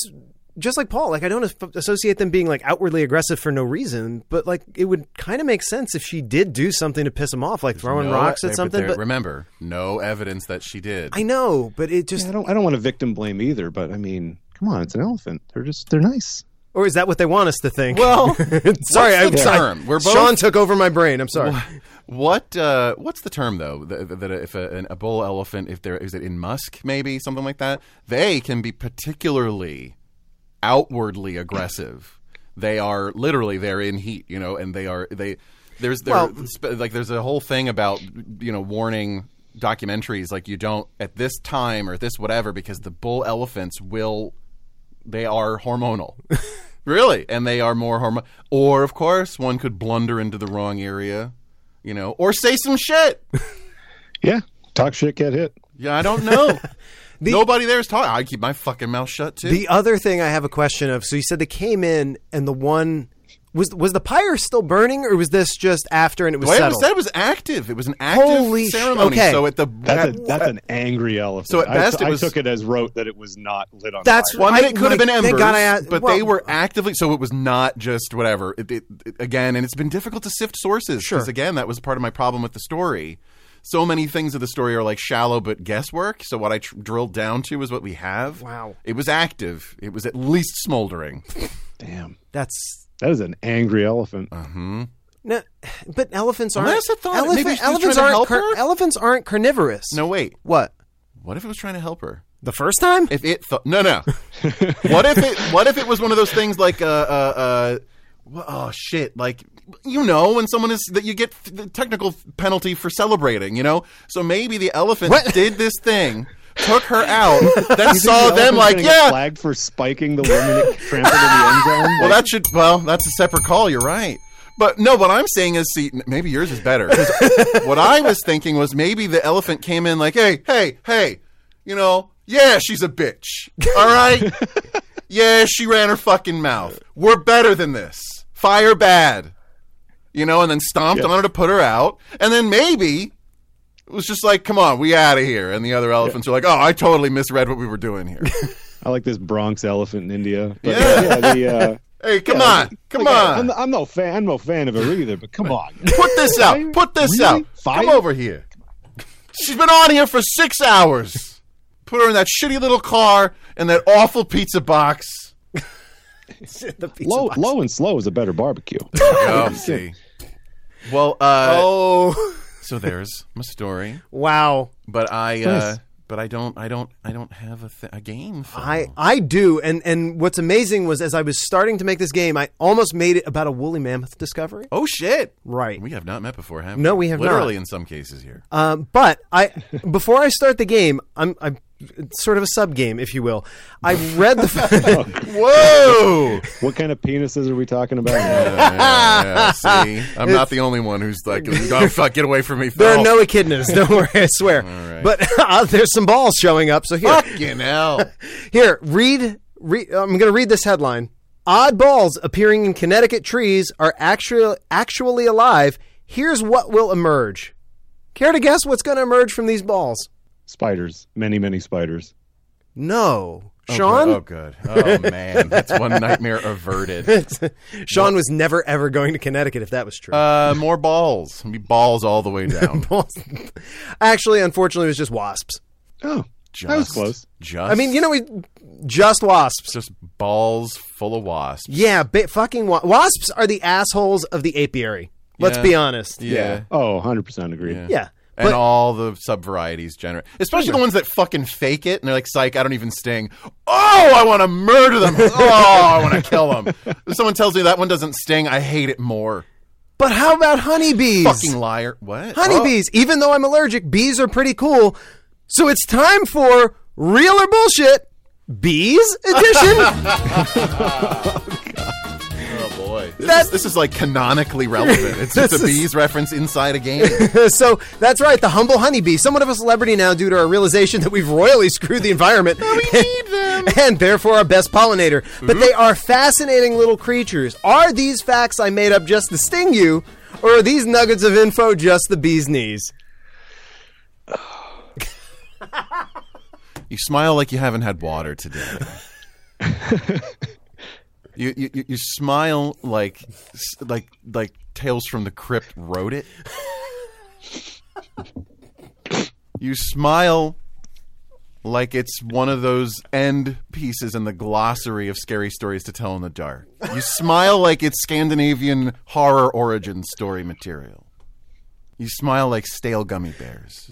C: just like Paul, like I don't as- associate them being like outwardly aggressive for no reason, but like it would kind of make sense if she did do something to piss him off, like throwing
A: No,
C: rocks
A: they-
C: at something.
A: they-
C: But
A: remember, no evidence that she did.
C: I know, but it
D: Yeah,
C: just
D: I don't. I don't want to victim blame either. But I mean, come on, it's an elephant. They're just they're nice.
C: or is that what they want us to think?
A: [laughs] Well,
C: [laughs] sorry,
A: what's
C: I'm
A: the
C: sorry.
A: term? We're both-
C: Sean took over my brain. I'm sorry.
A: what uh, what's the term though that, that if a, an, a bull elephant if there is it in musk maybe something like that they can be particularly outwardly aggressive they are literally they're in heat you know and they are they there's there
C: Well-
A: sp- like there's a whole thing about you know warning documentaries like you don't at this time or this whatever because the bull elephants will they are hormonal. really? And they are more hormon or of course one could blunder into the wrong area, you know, or say some shit.
D: Yeah, talk shit, get hit.
A: Yeah, I don't
C: [laughs]
A: know. Nobody there's talking. I keep my fucking mouth shut too.
C: The other thing I have a question of. So you said they came in, and the one was was the pyre still burning, or was this just after and it was
A: the way it
C: settled?
A: was said it was active. It was an active
C: Holy sh-
A: ceremony.
C: okay.
A: So at the
D: That's a, that's an angry elephant.
A: So at
D: I-
A: best it
D: I,
A: was-
D: took it as wrote that it was not lit on
C: That's
D: fire.
A: well, I mean,
C: I-
A: it could have
C: like,
A: been
C: thank
A: embers,
C: God I asked-
A: but
C: well-
A: they were actively. So it was not just whatever. It, it, it- again, and it's been difficult to sift sources because again, that was part of my problem with the story. so many things of the story are like shallow but guesswork. So what I tr- drilled down to is what we have.
C: Wow.
A: It was active. It was at least smoldering.
D: Damn,
C: That's
D: that is an angry elephant.
C: no, but elephants aren't.
A: Unless it thought-
C: elephant-
A: maybe she was trying
C: elephants
A: to
C: aren't.
A: help
C: car-
A: her?
C: Elephants aren't carnivorous.
A: No, wait.
C: What?
A: What if it was trying to help her?
C: The first time?
A: If it thought no no, what if it what if it was one of those things like uh uh, uh wha- oh shit like you know when someone is that you get f- the technical penalty for celebrating you know so maybe the elephant did this thing took her out then saw them like yeah
D: flagged for spiking the woman that [laughs] trampled in the end zone.
A: well that should well that's a separate call you're right. But no, what I'm saying is, see, n- maybe yours is better.
D: [laughs]
A: 'Cause what I was thinking was maybe the elephant came in like, hey, hey, hey, you know, yeah, she's a bitch. All
D: [laughs]
A: right? Yeah, she ran her fucking mouth. We're better than this. Fire bad. You know, and then stomped on her to put her out. And then maybe it was just like, come on, we out of here. And the other elephants are like, oh, I totally misread what we were doing
D: [laughs]
A: here.
D: I like this Bronx elephant in India. But, yeah. yeah, the, uh,
A: hey, come
D: yeah,
A: on. [laughs] Come
D: like,
A: on.
D: I'm, I'm no fan. I'm no fan of her either. But
A: [laughs]
D: come on,
A: Put this out. Put this
D: Really?
A: out.
D: Fire?
A: Come over here. She's been on here for six hours. Put her in that shitty little car and that awful pizza box.
C: The pizza
D: low,
C: box.
D: low and slow is a better barbecue.
A: Oh, see. Well, uh,
C: Oh
A: so there's my story,
C: wow!
A: but I, uh,
D: Nice.
A: but I don't, I don't, I don't have a, th- a game. For
C: I I do, and and what's amazing was as I was starting to make this game, I almost made it about a woolly mammoth discovery.
A: oh shit!
C: Right.
A: We have not met before, have we?
C: No, we have not.
A: Literally, in some cases here.
C: Um, but I, before I start the game, I'm, I'm it's sort of a sub game, if you will. I read
A: [laughs]
C: the. [laughs]
A: Whoa!
D: What kind of penises are we talking about?
A: Yeah, see, I'm not the only one who's
C: [laughs]
A: like, oh fuck, get away from me.
C: there are
A: Phil."
C: no echidnas. Don't worry, I swear. But [laughs] uh, there's some balls showing up. So here,
A: fucking hell.
C: [laughs] here, read. read I'm going to read this headline. Odd balls appearing in Connecticut trees are actually actually alive. Here's what will emerge. Care to guess what's going to emerge from these balls?
D: spiders, many, many spiders.
C: No, Sean.
A: Oh, good. Oh, man. That's one nightmare averted.
C: [laughs] Sean was never ever going to Connecticut if that was true.
A: Uh, more balls. Be balls all the way [laughs] down.
C: balls. [laughs] Actually, unfortunately, it was just wasps.
D: Oh,
A: Just,
D: that was close.
A: Just,
C: I mean, you know, we just wasps.
A: just balls full of wasps.
C: Yeah, ba- fucking wa- wasps are the assholes of the apiary. Let's
A: Yeah.
C: be honest.
A: Yeah.
D: Oh, 100 percent agree.
C: Yeah.
A: And
C: But
A: all the sub varieties generate, especially the ones that fucking fake it and they're like, "Psych, I don't even sting." Oh, I want to murder
C: [laughs]
A: them. Oh, I want to kill them. If someone tells me that one doesn't sting, I hate it more.
C: but how about honeybees?
A: Fucking Oh. liar! What?
C: honeybees. Even though I'm allergic, bees are pretty cool. So it's time for real or bullshit bees
A: [laughs]
C: edition.
A: Oh, oh, boy, this,
C: That's-
A: is, this is like canonically relevant. It's just
C: [laughs] This
A: a
C: is-
A: bees reference inside a game.
C: so that's right, the humble honeybee, somewhat of a celebrity now due to our realization that we've royally screwed the environment. we [laughs] need them. And therefore our best pollinator. But they are fascinating little creatures. Are these facts I made up just to sting you, or are these nuggets of info just the bee's knees?
A: You smile like you haven't had water today. you, you you- you smile like like like Tales from the Crypt wrote it. You smile like it's one of those end pieces in the glossary of scary stories to tell in the dark. You smile like it's Scandinavian horror origin story material. You smile like stale gummy bears.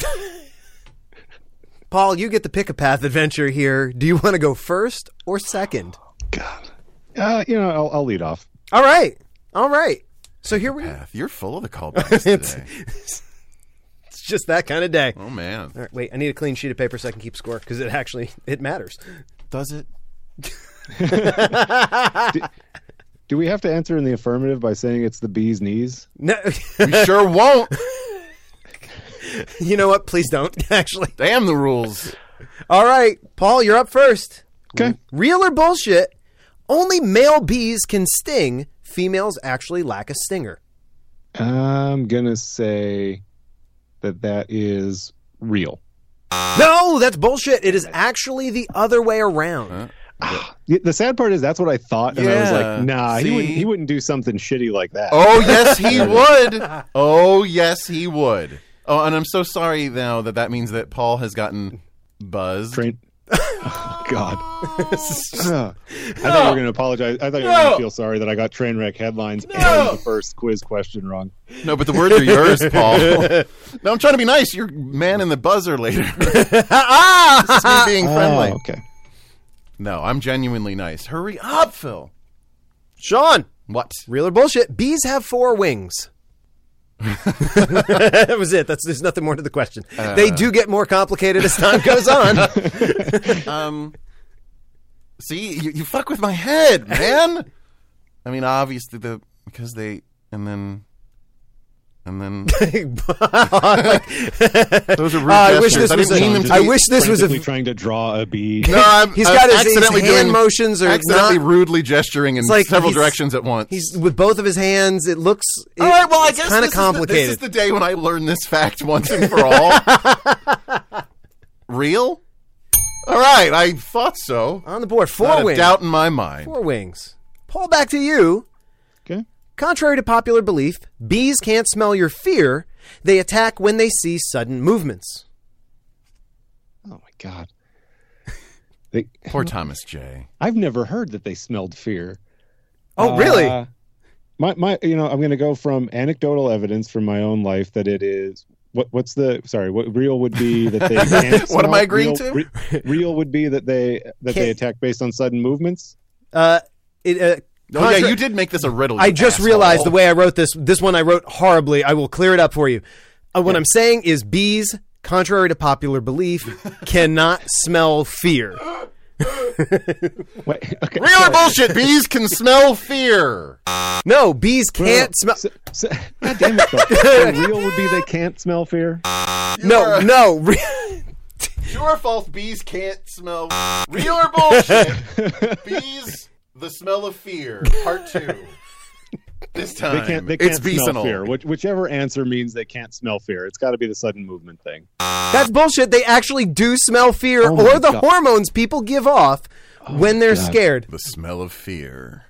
C: Paul, you get the pick a path adventure here. Do you want to go first or second?
D: God. Uh, you know, I'll, I'll lead off.
C: All right. All right. So here we go.
A: Beth, You're full of the callbacks today.
C: It's just that kind of day.
A: Oh man.
C: All right, wait, I need a clean sheet of paper so I can keep score because it actually it matters.
A: Does it?
D: Do we have to answer in the affirmative by saying it's the bee's knees?
C: No, [laughs]
A: We sure won't.
C: you know what? Please don't. [laughs] Actually,
A: Damn the rules.
C: all right, Paul, you're up first.
D: Okay.
C: Real or bullshit? Only male bees can sting. Females actually lack a stinger.
D: I'm going to say that that is real.
C: No, that's bullshit. It is actually the other way around.
D: Yeah, The sad part is that's what I thought, and I was
A: Yeah.
D: like, "Nah,
A: See?
D: he wouldn't.
A: [laughs]
D: He wouldn't do something shitty like that."
A: Oh yes, he would. Oh yes, he would. Oh, and I'm so sorry now that that means that Paul has gotten buzzed. [laughs]
D: Train. Oh, God. Ugh. I thought you were going to apologize. I thought you were going to feel sorry that I got train wreck headlines and the first quiz question wrong.
A: No, but the words are yours,
D: [laughs]
A: Paul. no, I'm trying to be nice. You're man in the buzzer
D: [laughs]
A: later. this is me being friendly.
D: Oh, okay.
A: No, I'm genuinely nice. Hurry up, Phil.
C: Sean,
A: What?
C: real or bullshit? Bees have four wings. [laughs] that was it. That's there's nothing more to the question.
A: Uh.
C: they do get more complicated as time
A: [laughs]
C: goes on. [laughs]
A: Um, see, you, you fuck with my head, man. I mean, obviously the because they and then and
C: [laughs]
A: then those are rude
C: I wish
A: gestures.
C: this was.
A: I didn't mean them
C: A,
A: to
C: I
A: be-
C: wish this was a.
D: Frantically trying to draw a bee.
A: No, I'm,
C: He's
A: I'm
C: got his, his
A: accidentally
C: hand
A: doing,
C: motions are
A: accidentally
C: not.
A: rudely gesturing in
C: It's like
A: several
C: he's-
A: directions at once.
C: He's with both of his hands. It looks. It,
A: All right, well, I
C: it's
A: guess
C: kind
A: this
C: of
A: is the-
C: complicated.
A: this is the day when I learned this fact once and for all. [laughs] Real? All right, I thought so.
C: on the board, four
A: Not a
C: wings.
A: doubt in my mind.
C: Four wings. Paul, back to you.
D: Okay.
C: Contrary to popular belief, bees can't smell your fear. They attack when they see sudden movements.
D: Oh, my God. They,
A: Poor Thomas J.
D: I've never heard that they smelled fear.
C: Oh, really?
D: Uh, My my, you know, I'm going to go from anecdotal evidence from my own life that it is. What what's the sorry? What real would be that they?
A: [laughs]
D: Can't
A: What am
D: smell-
A: I agreeing
D: real,
A: to?
D: re- real would be that they that they
C: Can't-
D: attack based on sudden movements.
C: Uh, it, uh,
A: Oh,
C: contra-
A: yeah, you did make this a riddle.
C: I
A: you
C: just
A: asshole.
C: realized the way I wrote this. This one I wrote horribly. I will clear it up for you. Uh, what I'm saying is, bees, contrary to popular belief,
A: [laughs]
C: cannot smell fear.
D: Wait, [laughs] okay.
A: Real or bullshit? Bees can smell fear.
C: No, bees can't smell.
D: So, so, God damn it! Phil. So real would be they can't smell fear.
C: No, no. re- [laughs]
A: True or false? Bees can't smell. Real or bullshit? [laughs] bees, the smell of fear, part two. This time,
D: They can't. They can't
A: it's
D: smell
A: beesinal.
D: fear. Which, whichever answer means they can't smell fear. It's got to be the sudden movement thing.
C: That's bullshit. They actually do smell fear
D: Ah. Oh my
C: or the
D: God. Oh
C: hormones people give off when they're scared.
A: The smell of fear.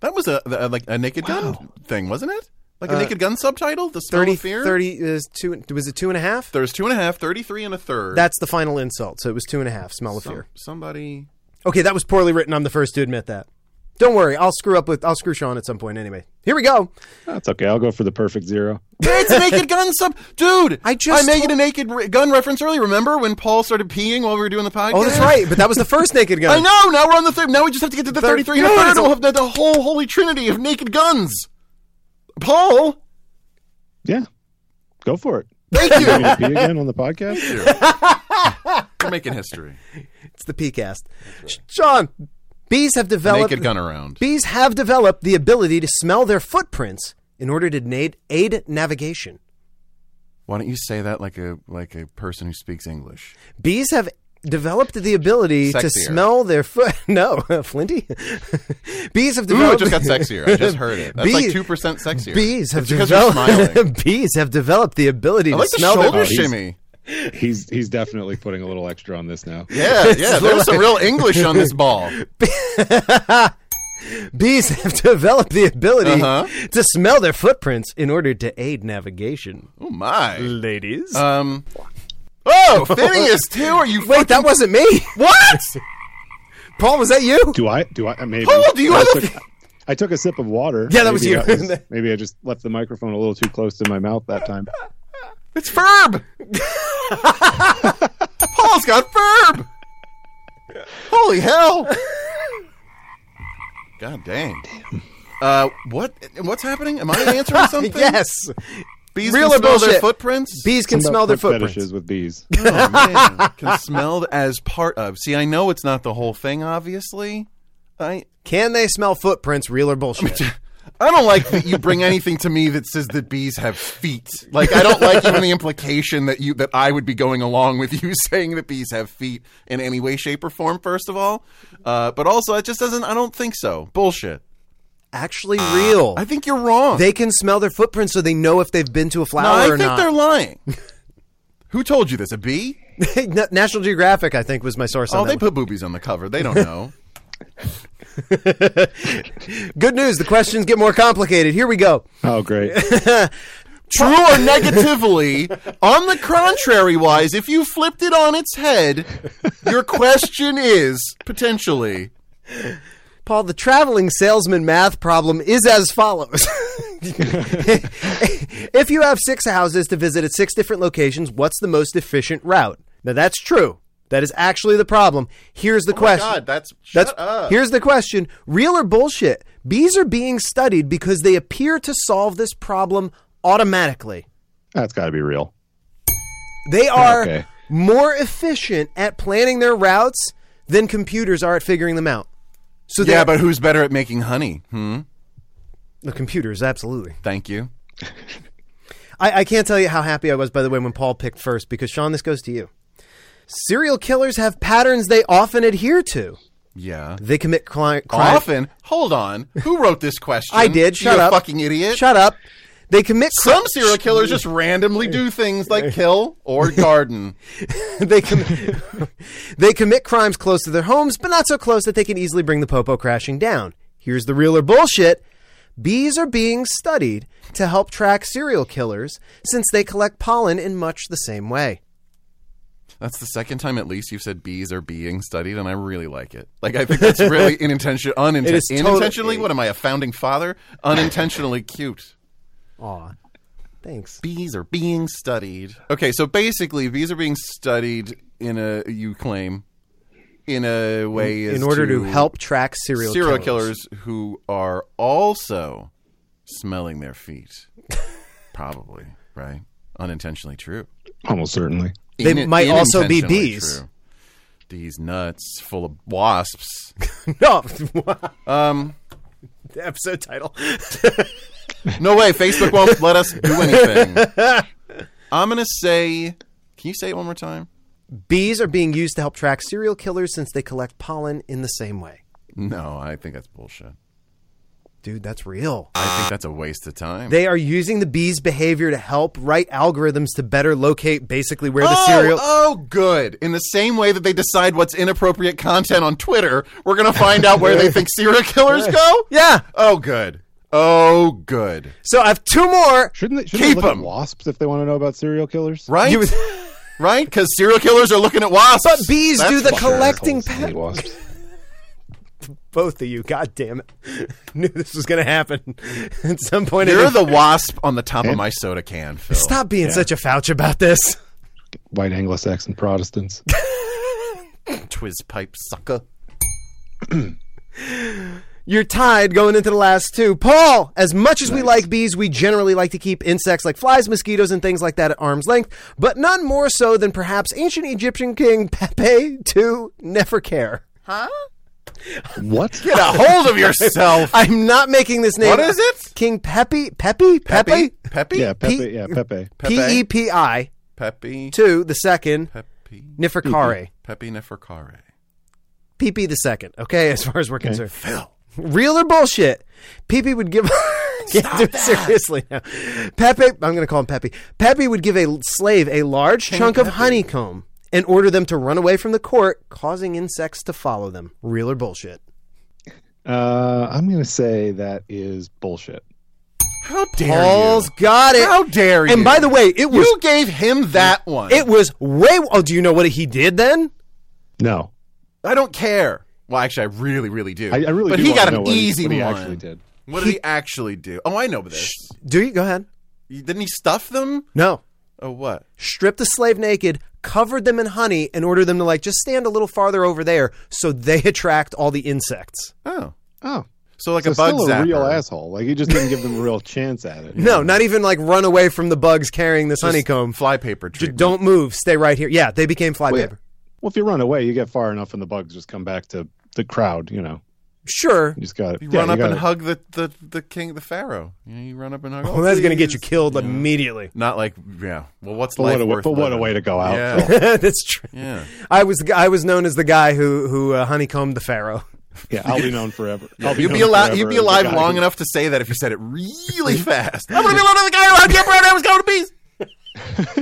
A: That was a, a like a Naked Gun thing, wasn't it? Like a Naked Gun subtitle, the smell
C: 30,
A: of fear.
C: 30 is uh, two, was it two and a half?
A: There's two and a half, 33 and a third.
C: That's the final insult. So it was two and a half, smell of
A: Some-
C: fear.
A: somebody.
C: Okay, that was poorly written. I'm the first to admit that. Don't worry, I'll screw up with, I'll screw Sean at some point anyway. Here we go.
D: That's okay. I'll go for the perfect zero.
A: it's a Naked Gun sub, dude.
C: I just
A: I made
C: told-
A: a Naked Re- Gun reference earlier. Remember when Paul started peeing while we were doing the podcast?
C: Oh, that's right. But that was
A: [laughs]
C: the first Naked
A: I
C: Gun.
A: know. Now we're on the third. Now we just have to get to the
C: Third-
A: thirty-three and a
C: Good.
A: third, and we'll have the, the whole holy trinity of naked guns. Paul,
D: Yeah, go for it.
A: thank
D: You want
A: you.
D: me to pee again on
A: [laughs]
D: the podcast?
A: We're making [laughs] history.
C: It's the P-cast. Sh- Sean, bees have developed.
A: Naked gun around.
C: Bees have developed the ability to smell their footprints in order to na- aid navigation.
A: Why don't you say that like a like a person who speaks [laughs] English?
C: Bees have developed the ability to
A: Sexier.
C: smell their foot. [laughs] No, Flinty. bees have
A: Ooh, it
C: developed.
A: just got sexier. I just heard it. That's
C: Bee-
A: like two percent sexier.
C: Bees have
A: It's because you're smiling.
C: developed. [laughs] bees have developed the ability
A: I like
C: to
A: the
C: smell
A: shoulder
C: their.
D: Oh, he's-
A: [laughs] shimmy.
D: He's he's definitely putting a little extra on this now.
A: Yeah, yeah. There's some real English on this [laughs] ball.
C: [laughs] Bees have developed the ability
A: Uh-huh.
C: to smell their footprints in order to aid navigation.
A: Oh my.
C: Ladies,
A: Um. [laughs] Oh, Phineas too. Are you
C: wait, [laughs] that
A: [laughs]
C: wasn't me. What? Paul, was that you? [laughs]
D: Do I? Do I? Maybe.
A: Paul, do you
D: I
A: have a-
D: Took,
A: [laughs]
D: I took a sip of water.
C: Yeah, that was
D: Maybe
C: you.
D: maybe I just left the microphone a little too close to my mouth that time.
A: It's [laughs] Ferb. Paul's got Ferb. Holy hell! God dang. Uh, what? What's happening? Am I [laughs] answering something?
C: Yes.
A: Bees
C: Real
A: can
C: or
A: smell their
C: bullshit?
A: footprints.
C: Bees can
D: Something
C: smell
D: about
C: their
D: foot
C: footprints.
D: fetishes with bees.
A: Oh,
C: [laughs]
A: man. can smelled as part of. See, I know it's not the whole thing, obviously. I
C: Can they smell footprints? Real
A: [laughs]
C: or bullshit?
A: I don't like that you bring anything to me that says that bees have feet. Like I don't like even the implication that you that I would be going along with you [laughs] saying that bees have feet in any way, shape, or form. First of all, uh, but also it just doesn't. I don't think so. Bullshit.
C: Actually, real.
A: I think you're wrong.
C: They can smell their footprints, so they know if they've been to a
A: No,
C: flower
A: I
C: or
A: think they're
C: not. [laughs]
A: lying. Who told you this? A bee?
C: Na- National Geographic, I think, was my source.
A: Oh,
C: on
A: they
C: that
A: put boobies on the cover. They don't know. [laughs]
C: one. Good news. The questions get more complicated. Here we go.
D: Oh, great.
A: true or negatively. On the contrary, wise, if you flipped it on its head, your question is potentially.
C: Paul, the traveling salesman math problem is as follows. [laughs] if you have six houses to visit at six different locations, what's the most efficient route? Now, that's true. That is actually the problem. Here's the question.
A: Oh God, that's shut
C: That's
A: up.
C: here's the question: real or bullshit? Bees are being studied because they appear to solve this problem automatically.
D: That's got to be real.
A: [laughs]
C: They are
D: Okay.
C: more efficient at planning their routes than computers are at figuring them out. So
A: yeah,
C: they're-
A: but who's better at making honey? Hmm.
C: the computers absolutely.
A: Thank you.
C: I, I can't tell you how happy I was, by the way, when Paul picked first, because Sean, this goes to you. Serial killers have patterns they often adhere to.
A: Yeah.
C: They commit cli- crime.
A: Often, hold on. Who wrote this question?
C: I did. Shut
A: you
C: up,
A: fucking idiot.
C: Shut up. They commit. cri-
A: Some serial killers just randomly do things [laughs] like kill or garden.
C: [laughs] they commit. they commit crimes close to their homes, but not so close that they can easily bring the popo crashing down. Here's the real or bullshit. Bees are being studied to help track serial killers since they collect pollen in much the same way.
A: That's the second time at least you've said bees are being studied, and I really like it. Like I think that's
C: [laughs]
A: really inintention- uninten-
C: is total-
A: unintentionally. What am I, a founding father? Unintentionally cute.
C: Aw. Thanks.
A: Bees are being studied. Okay, so basically, bees are being studied in a you claim in a way as
C: In order to, help track serial,
A: serial
C: killers.
A: killers who are also smelling their
C: [laughs]
A: feet. Probably right, unintentionally true.
D: Almost certainly.
C: They
A: Inan-
C: might also be
A: unintentionally
C: bees.
A: true. These nuts full of wasps.
C: [laughs] No.
A: Um,
C: The [laughs] episode title. [laughs]
A: no way. Facebook won't let us do anything.
C: [laughs]
A: I'm gonna say. Can you say it one more time?
C: Bees are being used to help track serial killers since they collect pollen in the same way.
A: No, I think that's bullshit.
C: Dude, that's real.
A: I think that's a waste of time.
C: They are using the bees' behavior to help write algorithms to better locate basically where the
A: oh,
C: serial.
A: oh, good. In the same way that they decide what's inappropriate content on Twitter, we're gonna find out where
C: [laughs]
A: they think serial killers go.
C: Yeah.
A: Oh, good. Oh, good.
C: So I have two more.
D: Shouldn't they, shouldn't they
A: Keep
D: look at
A: 'em.
D: wasps if they want to know about serial killers?
A: Right.
C: You
A: [laughs]
C: would-
A: right? Because serial killers are looking at wasps.
C: But bees
A: That's
C: do the
A: why.
C: collecting. Pa-
D: Hate wasps.
C: Both of you, god damn it! [laughs] Knew this was gonna happen [laughs] at some point. in
A: You're the
C: your-
A: wasp on the top of
C: [laughs]
A: my soda can, Phil.
C: Stop being such a fouch about this.
D: White Anglo-Saxon
A: [laughs]
D: Protestants.
A: Twiz pipe sucker.
C: You're tied going into the last two. Paul, as much as we like bees, we generally like to keep insects like flies, mosquitoes, and things like that at arm's length, but none more so than perhaps ancient Egyptian king Pepe II Neferker.
D: What?
A: Get a hold of [laughs] yourself.
C: I'm not making this name.
A: What is it?
C: King Pepe? Pepe? Pepe?
A: Peppy? Peppy?
D: Yeah, Pepe.
C: Pe-
D: yeah, Pepe.
C: P E P I
A: Peppy.
C: two the second
A: Peppy.
C: Neferkare.
A: Peppy Neferkare.
C: PP the second. Okay, as far as we're concerned, Phil, real or bullshit? PP would give. [laughs] Can't do it seriously now. Pepe, I'm going to call him Pepe. Pepe would give a slave a large chunk of honeycomb and order them to run away from the court, causing insects to follow them. Real or bullshit?
D: Uh, I'm going to say that is bullshit.
A: How dare
C: Paul's
A: you?
C: got it.
A: How dare you?
C: And by the way, it was
A: you gave him that one.
C: it was way. Oh, do you know what he did then?
D: No,
A: I don't care. Well, actually, I really, really do.
D: I, I really
A: but
D: do
A: he
D: wanna
A: got
D: know
A: an
D: what he-
A: easy
D: what he
A: one.
D: actually did.
A: What did he actually do? Oh, I know this.
C: Do you go ahead?
A: Didn't he stuff them?
C: No.
A: Oh, what?
C: stripped the slave naked, covered them in honey, and ordered them to like just stand a little farther over there so they attract all the insects.
A: Oh,
D: Oh,
A: so like
D: so
A: a bug
D: still
A: zapper.
D: a real asshole. Like he just didn't give them a real chance at
A: [laughs]
D: it.
C: No, not even like run away from the bugs carrying this honeycomb.
A: flypaper
C: J-
A: treatment.
C: don't move. Stay right here. Yeah, they became flypaper.
D: Well, if you run away, you get far enough, and the bugs just come back to the crowd. You know,
C: Sure.
D: you just got
A: You run up and hug the, the, the king, the pharaoh. You, know, you run up and hug.
C: Well, that's going to get you killed immediately. [laughs]
A: Not like yeah. Well, what's
D: But
A: life
D: what, a,
A: worth?
D: but what a
A: living?
D: way to go out! [laughs]
A: Yeah,
C: that's true.
A: yeah.
C: I was the guy- I was known as the guy who who uh, honeycombed the pharaoh. [laughs]
D: Yeah,
A: [laughs]
D: I'll be known forever. I'll
A: You'd
D: known
A: be alive.
D: forever
A: You'd be
D: as the
A: alive
D: guy
A: long
D: who-
A: enough to say that if you said it [laughs] really fast. I'm gonna be one of the guy who hugged up right now. Was going to bees.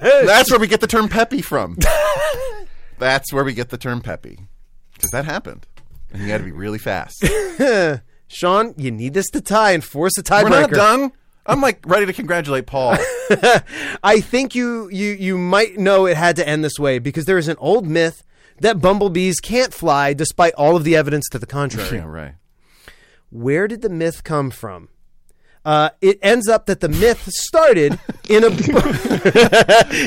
A: That's where we get the term peppy from. [laughs] That's where we get the term peppy because that happened, and you had to be really fast.
C: Sean, you need this to tie and force a tiebreaker.
A: We're not done. I'm like ready to congratulate [laughs] Paul.
C: I think you you you might know it had to end this way because there is an old myth that bumblebees can't fly despite all of the evidence to the contrary.
A: yeah, right.
C: Where did the myth come from? Uh, it ends up that the myth started
A: [laughs]
C: in a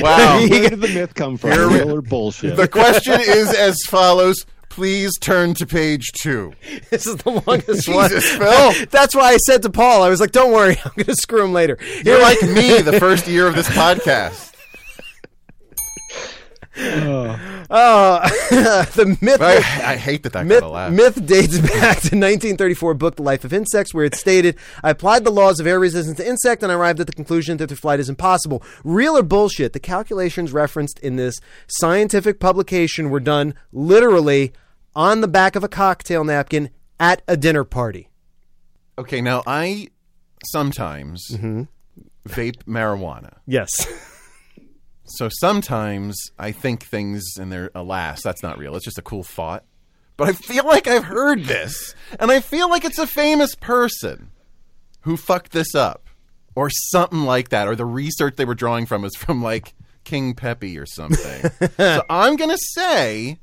A: Wow.
D: Where did the myth come from? Real
A: [laughs]
D: or bullshit?
A: the question is as follows. Please turn to page two.
C: [laughs] this is the longest one. Oh,
A: Jesus, [laughs] Phil.
C: That's why I said to Paul, I was like, "Don't worry, [laughs] I'm going to screw him later."
A: You're like me the first year of this podcast.
C: uh, [laughs] the myth
A: I, I hate that that
C: Myth,
A: got a laugh.
C: myth dates [laughs] back to 1934 book The Life of Insects, where it stated, I applied the laws of air resistance to insect and I arrived at the conclusion that their flight is impossible. Real or bullshit, the calculations referenced in this scientific publication were done literally on the back of a cocktail napkin at a dinner party.
A: Okay, now I sometimes vape marijuana.
C: [laughs] Yes.
A: So sometimes I think things and they're, alas, that's not real. It's just a cool thought. But I feel like I've heard this. And I feel like it's a famous person who fucked this up or something like that. Or the research they were drawing from is from like King Peppy or
C: [laughs]
A: something. so I'm going to say.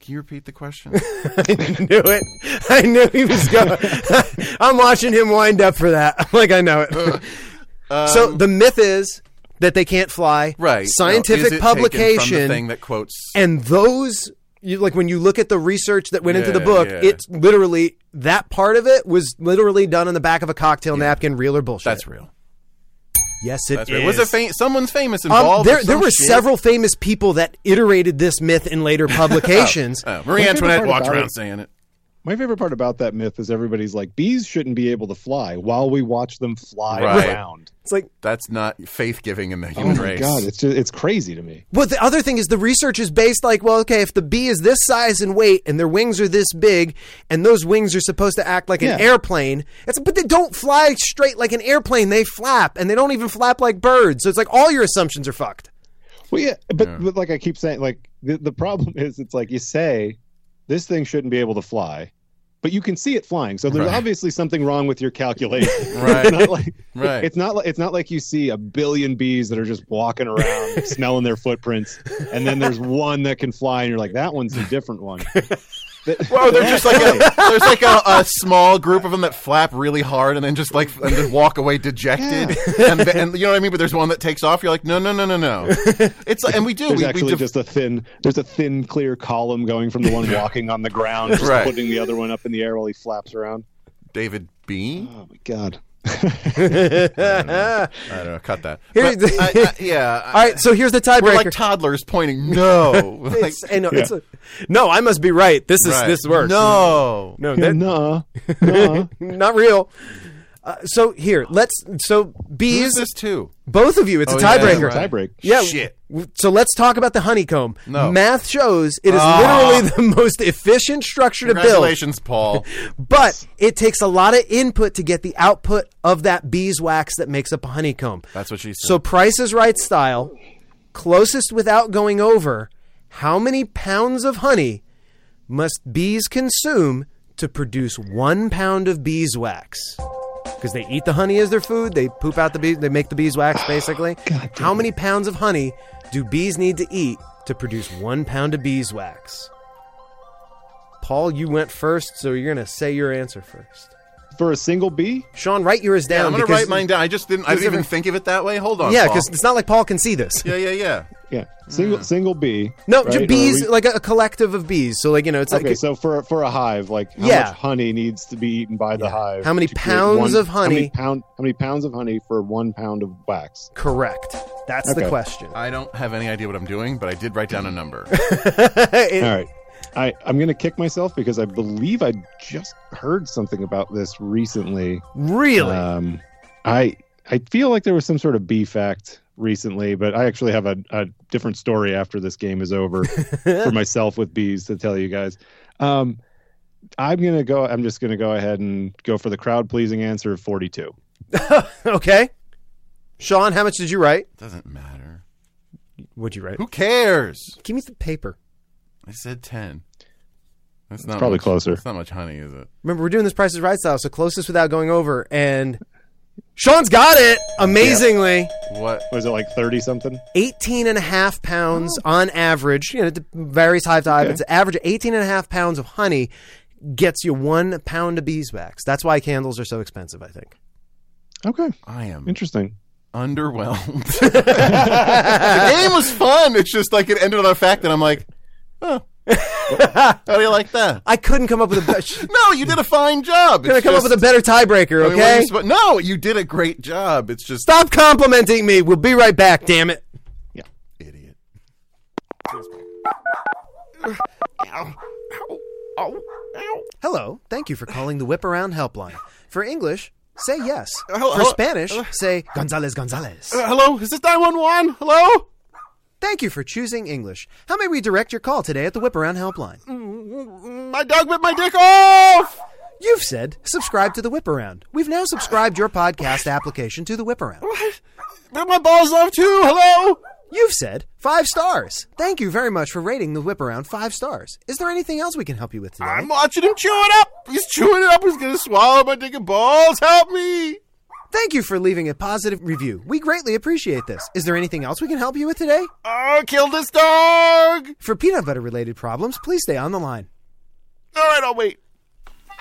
A: Can you repeat the
C: [laughs]
A: question?
C: knew it. I knew he was going. [laughs] I'm watching him wind up for that. [laughs] I'm like, I know it. so the myth is that they can't fly.
A: Um, Right. Now, is
C: Scientific
A: it taken
C: publication.
A: from the thing that quotes
C: and those you, like when you look at the research that went into the
A: Yeah,
C: book
A: yeah.
C: it's literally that part of it was literally done on the back of a cocktail napkin real or bullshit
A: That's real.
C: yes it
A: That's
C: is.
A: real. Was it fa- someone's famous
C: Um,
A: involved?
C: there,
A: or
C: there
A: some
C: were
A: shit?
C: several famous people that iterated this myth
A: [laughs]
C: in later publications
A: Oh, Marie
D: My favorite
A: Antoinette
D: part
A: walked
D: about
A: around
D: it-
A: saying it.
D: My favorite part about that myth is everybody's like, bees shouldn't be able to fly while we watch them fly
A: Right.
D: around.
C: it's like
A: That's not faith giving in the
D: Oh
A: human
D: my
A: race.
D: god, it's just it's crazy to me.
C: Well, the other thing is the research is based like, well, okay, if the bee is this size and weight, and their wings are this big, and those wings are supposed to act like an
D: Yeah.
C: airplane, it's but they don't fly straight like an airplane. They flap, and they don't even flap like birds. So it's like all your assumptions are fucked.
D: Well, yeah, but, but like I keep saying, like the, the problem is, it's like you say this thing shouldn't be able to fly, but you can see it flying. So there's
A: Right.
D: obviously something wrong with
A: [laughs]
D: your calculation.
A: Right.
D: It's not like
A: Right.
D: it's not like it's not like you see a billion bees that are just
A: [laughs]
D: walking around smelling their footprints, and then there's one that can fly, and you're like, that one's a different one.
A: [laughs] Whoa, they're just like a, there's like a, a small group of them that flap really hard and then just like and then walk away dejected. And, th- and you know what I mean? But there's one that takes off. You're like, no, no, no, no, no. It's like, and we do.
D: There's
A: we,
D: actually
A: we def-
D: just a thin there's a thin clear column going from the one walking on the ground, just
A: Right.
D: putting the other one up in the air while he flaps around.
A: David B.
D: Oh my god. [laughs]
A: I don't know. Cut that.
C: Here's
A: But
C: the-
A: I, I, yeah. I-
C: All right, so here's the tiebreaker.
A: we're like toddlers pointing no. like,
C: It's- I know, it's a- no, I must be right. This is
A: right.
C: this works. Mm-hmm.
A: No.
C: no,
D: Yeah,
C: that-
A: [laughs]
D: Nah, nah.
C: not real. Uh, so here, let's. So
A: Who's
C: bees,
A: this too?
C: both of you. It's a
A: Oh, yeah,
C: tiebreaker.
A: right.
D: Tie break.
C: Yeah.
A: Shit.
C: w- So let's talk about the honeycomb.
A: No. Ah.
C: Math shows it is literally the [laughs] most efficient structure to build,
A: Congratulations, Paul.
C: but it takes a lot of input to get the output of that beeswax that makes up a honeycomb.
A: That's what she said.
C: So Price is Right style, closest without going over, how many pounds of honey must bees consume to produce one pound of beeswax? Because they eat the honey as their food, they poop out the bees, they make the beeswax basically. how many pounds of honey do bees need to eat to produce one pound of beeswax? Paul, you went first, so you're gonna say your answer first.
D: For a single bee?
C: Sean, write yours down.
A: I'm gonna
C: because-
A: write mine down. I just didn't. I didn't even think of it that way. Hold on.
C: Yeah,
A: Paul.
C: because it's not like Paul can see this.
A: yeah, yeah, yeah.
D: Yeah. Single
C: Mm.
D: single bee.
C: No,
D: right?
C: ju-
D: Or
C: bees,
D: we-
C: like a, a collective of bees. So, like, you know, it's
D: Okay,
C: like,
D: so for for a hive, like how
C: Yeah.
D: much honey needs to be eaten by the hive?
C: How many
D: to create
C: pounds
D: one-
C: of
D: How
C: honey?
D: many, pound, how many pounds of honey for one pound of wax?
C: correct. That's the
D: Okay.
C: question.
D: [laughs]
A: I don't have any idea what I'm doing, but I did write down a
C: [laughs]
A: number.
C: It-
D: All right. I, I'm going to kick myself because I believe I just heard something about this recently.
C: Really?
D: Um, I I feel like there was some sort of B fact recently, but I actually have a, a different story after this game
C: [laughs]
D: is over for myself with bees to tell you guys. Um, I'm gonna go. I'm just gonna go ahead and go for the crowd pleasing answer of 42.
C: okay. Sean, how much did you write?
A: Doesn't matter.
C: What'd you write?
A: Who cares?
C: Give me the paper.
A: I said ten. That's not
D: probably
A: much-
D: closer.
A: It's not much honey, is it?
C: Remember, we're doing this Price is Right style, so closest without going over. And Sean's got it amazingly.
A: What?
D: Was it like thirty something?
C: 18 and a half pounds
D: Oh.
C: on average. You know, it d- varies hive to hive. It's an average of 18 and a half pounds of honey gets you one pound of beeswax. That's why candles are so expensive, I
D: [laughs]
C: think.
D: Okay,
A: I am
D: interesting.
C: [laughs]
A: underwhelmed. [laughs] the game was fun. It's just like it ended on a fact that I'm like, oh, how do you like that?
C: I couldn't come up with a better.
A: No, you did a fine job.
C: Gonna
A: It's
C: come
A: just-
C: up with a better tiebreaker,
A: I mean, what
C: okay?
A: you spo- no, you did a great job. It's just
C: Stop complimenting me. We'll be right back. Damn it!
A: idiot.
C: Hello. Thank you for calling the Whip Around Helpline. For English, say yes.
A: Uh, hello- uh,
C: For Spanish, say Gonzalez Gonzalez.
A: Hello, is this nine one one? Hello.
C: Thank you for choosing English. How may we direct your call today at the Whip Around Helpline?
A: My dog bit my dick off.
C: You've said subscribe to the Whip Around. We've now subscribed your podcast application to the Whip Around.
A: Bit my balls off too. Hello.
C: You've said five stars. Thank you very much for rating the Whip Around five stars. Is there anything else we can help you with today?
A: I'm watching him chew it up. He's chewing it up. He's gonna swallow my dick and balls. Help me.
C: Thank you for leaving a positive review. We greatly appreciate this. Is there anything else we can help you with today?
A: Oh, kill this dog.
C: For peanut butter related problems, please stay on the line. [laughs]
A: All right, I'll wait.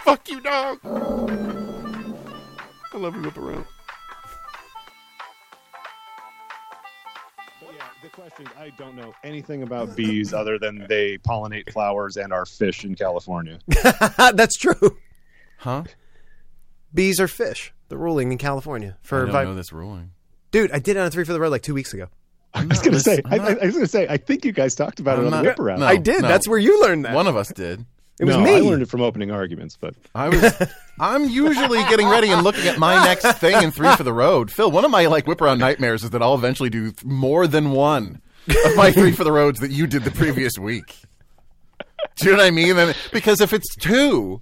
A: Fuck you, dog. I love you, whip around.
D: Yeah, the question is, I don't know anything [laughs] about bees other than they pollinate flowers and are fish in California.
C: That's true.
A: Huh?
C: Bees are fish. The ruling in California for vi-
A: this ruling.
C: dude. I did it on a three for the road like two weeks ago.
D: [laughs] I was going to say, I, I, I was going to say, I think you guys talked about
A: I'm
D: it on
A: not-
D: the whip around.
A: no.
D: I,
C: I did. That's where you learned that.
A: One of us did.
C: it was
D: no,
C: me.
D: I learned it from opening arguments, but
A: I was. I'm usually getting ready and looking at my next thing in three for the road. Phil, one of my like whip around nightmares is that I'll eventually do th- more than one of my three for the roads that you did the previous week. Do you know what I mean? And- Because if it's two,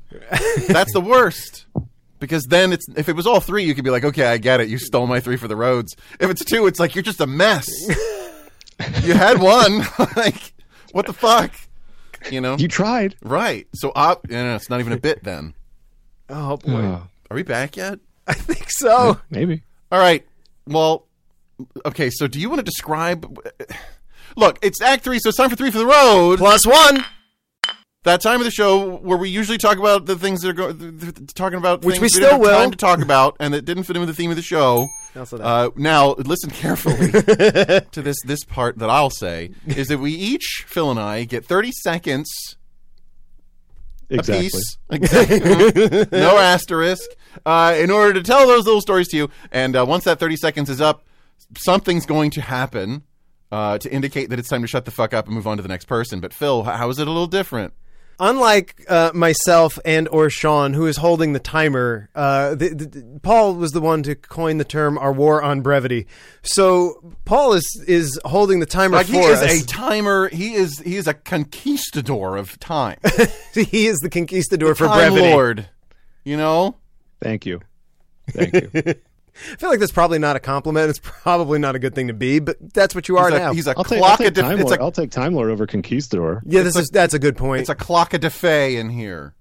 A: that's the worst. Because then it's if it was all three, you could be like, okay, I get it. You stole my three for the roads. If it's two, it's like you're just a mess. you had one, [laughs] like what the fuck, you know?
D: you tried.
A: right. So op- you know, it's not even a bit then.
C: Oh boy,
A: Are we back yet?
C: [laughs] I think so.
D: Maybe.
A: All right. Well, okay. So, do you want to describe? Look, it's Act Three, so it's time for Three for the Road.
C: Plus one,
A: That time of the show where we usually talk about the things that are go- th- th- talking about,
C: Which
A: things
C: we
A: didn't
C: still
A: have
C: will.
A: time to talk about, and that didn't fit in with the theme of the show.
C: Also that.
A: Uh, now, listen
C: [laughs]
A: carefully to this this part that I'll say is that we each, Phil and I, get thirty seconds
D: Exactly.
C: [laughs]
A: piece. Exactly.
D: Mm-hmm.
A: no asterisk. Uh, in order to tell those little stories to you, and uh, once that 30 seconds is up, something's going to happen uh, to indicate that it's time to shut the fuck up and move on to the next person. But Phil, h- how is it a little different?
C: unlike uh, myself and or Sean, who is holding the timer, uh, the, the- the- Paul was the one to coin the term "our war on brevity." So Paul is is holding the timer
A: Like
C: for
A: he is
C: us. [laughs]
A: a timer. He is he is a conquistador of time.
D: [laughs]
C: he is the conquistador for
A: time
C: brevity.
A: lord. You know.
D: Thank you.
A: [laughs]
D: Thank you.
C: I feel like that's probably not a compliment. It's probably not a good thing to be, but that's what you are
A: He's
C: now.
A: a, he's a
D: I'll take, I'll
A: clock.
D: take
A: of def-
D: Time
A: it's
D: Lord.
A: a
D: I'll take Time Lord over Conquistador.
C: yeah, this is that's a good point.
A: it's a clock of defay in here.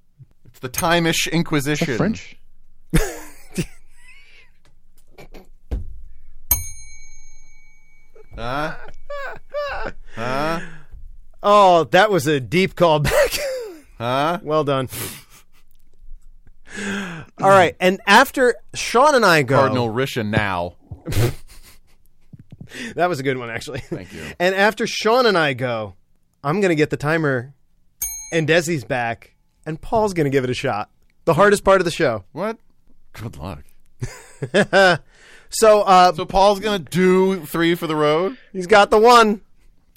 A: It's the timeish
D: Is that
A: Inquisition.
D: French?
A: Huh?
C: oh, that was a deep callback. [laughs]
A: Huh?
C: well
A: [laughs]
C: done. All right, and after Sean and I go,
A: Cardinal Risha now.
C: that was a good one
A: [laughs]
C: actually.
A: Thank you.
C: And after Sean and I go, I'm going to get the timer, and Desi's back, and Paul's going to give it a shot. The hardest part of the show.
A: What? Good luck.
C: So uh,
A: So Paul's gonna do three for the road.
C: he's got the one.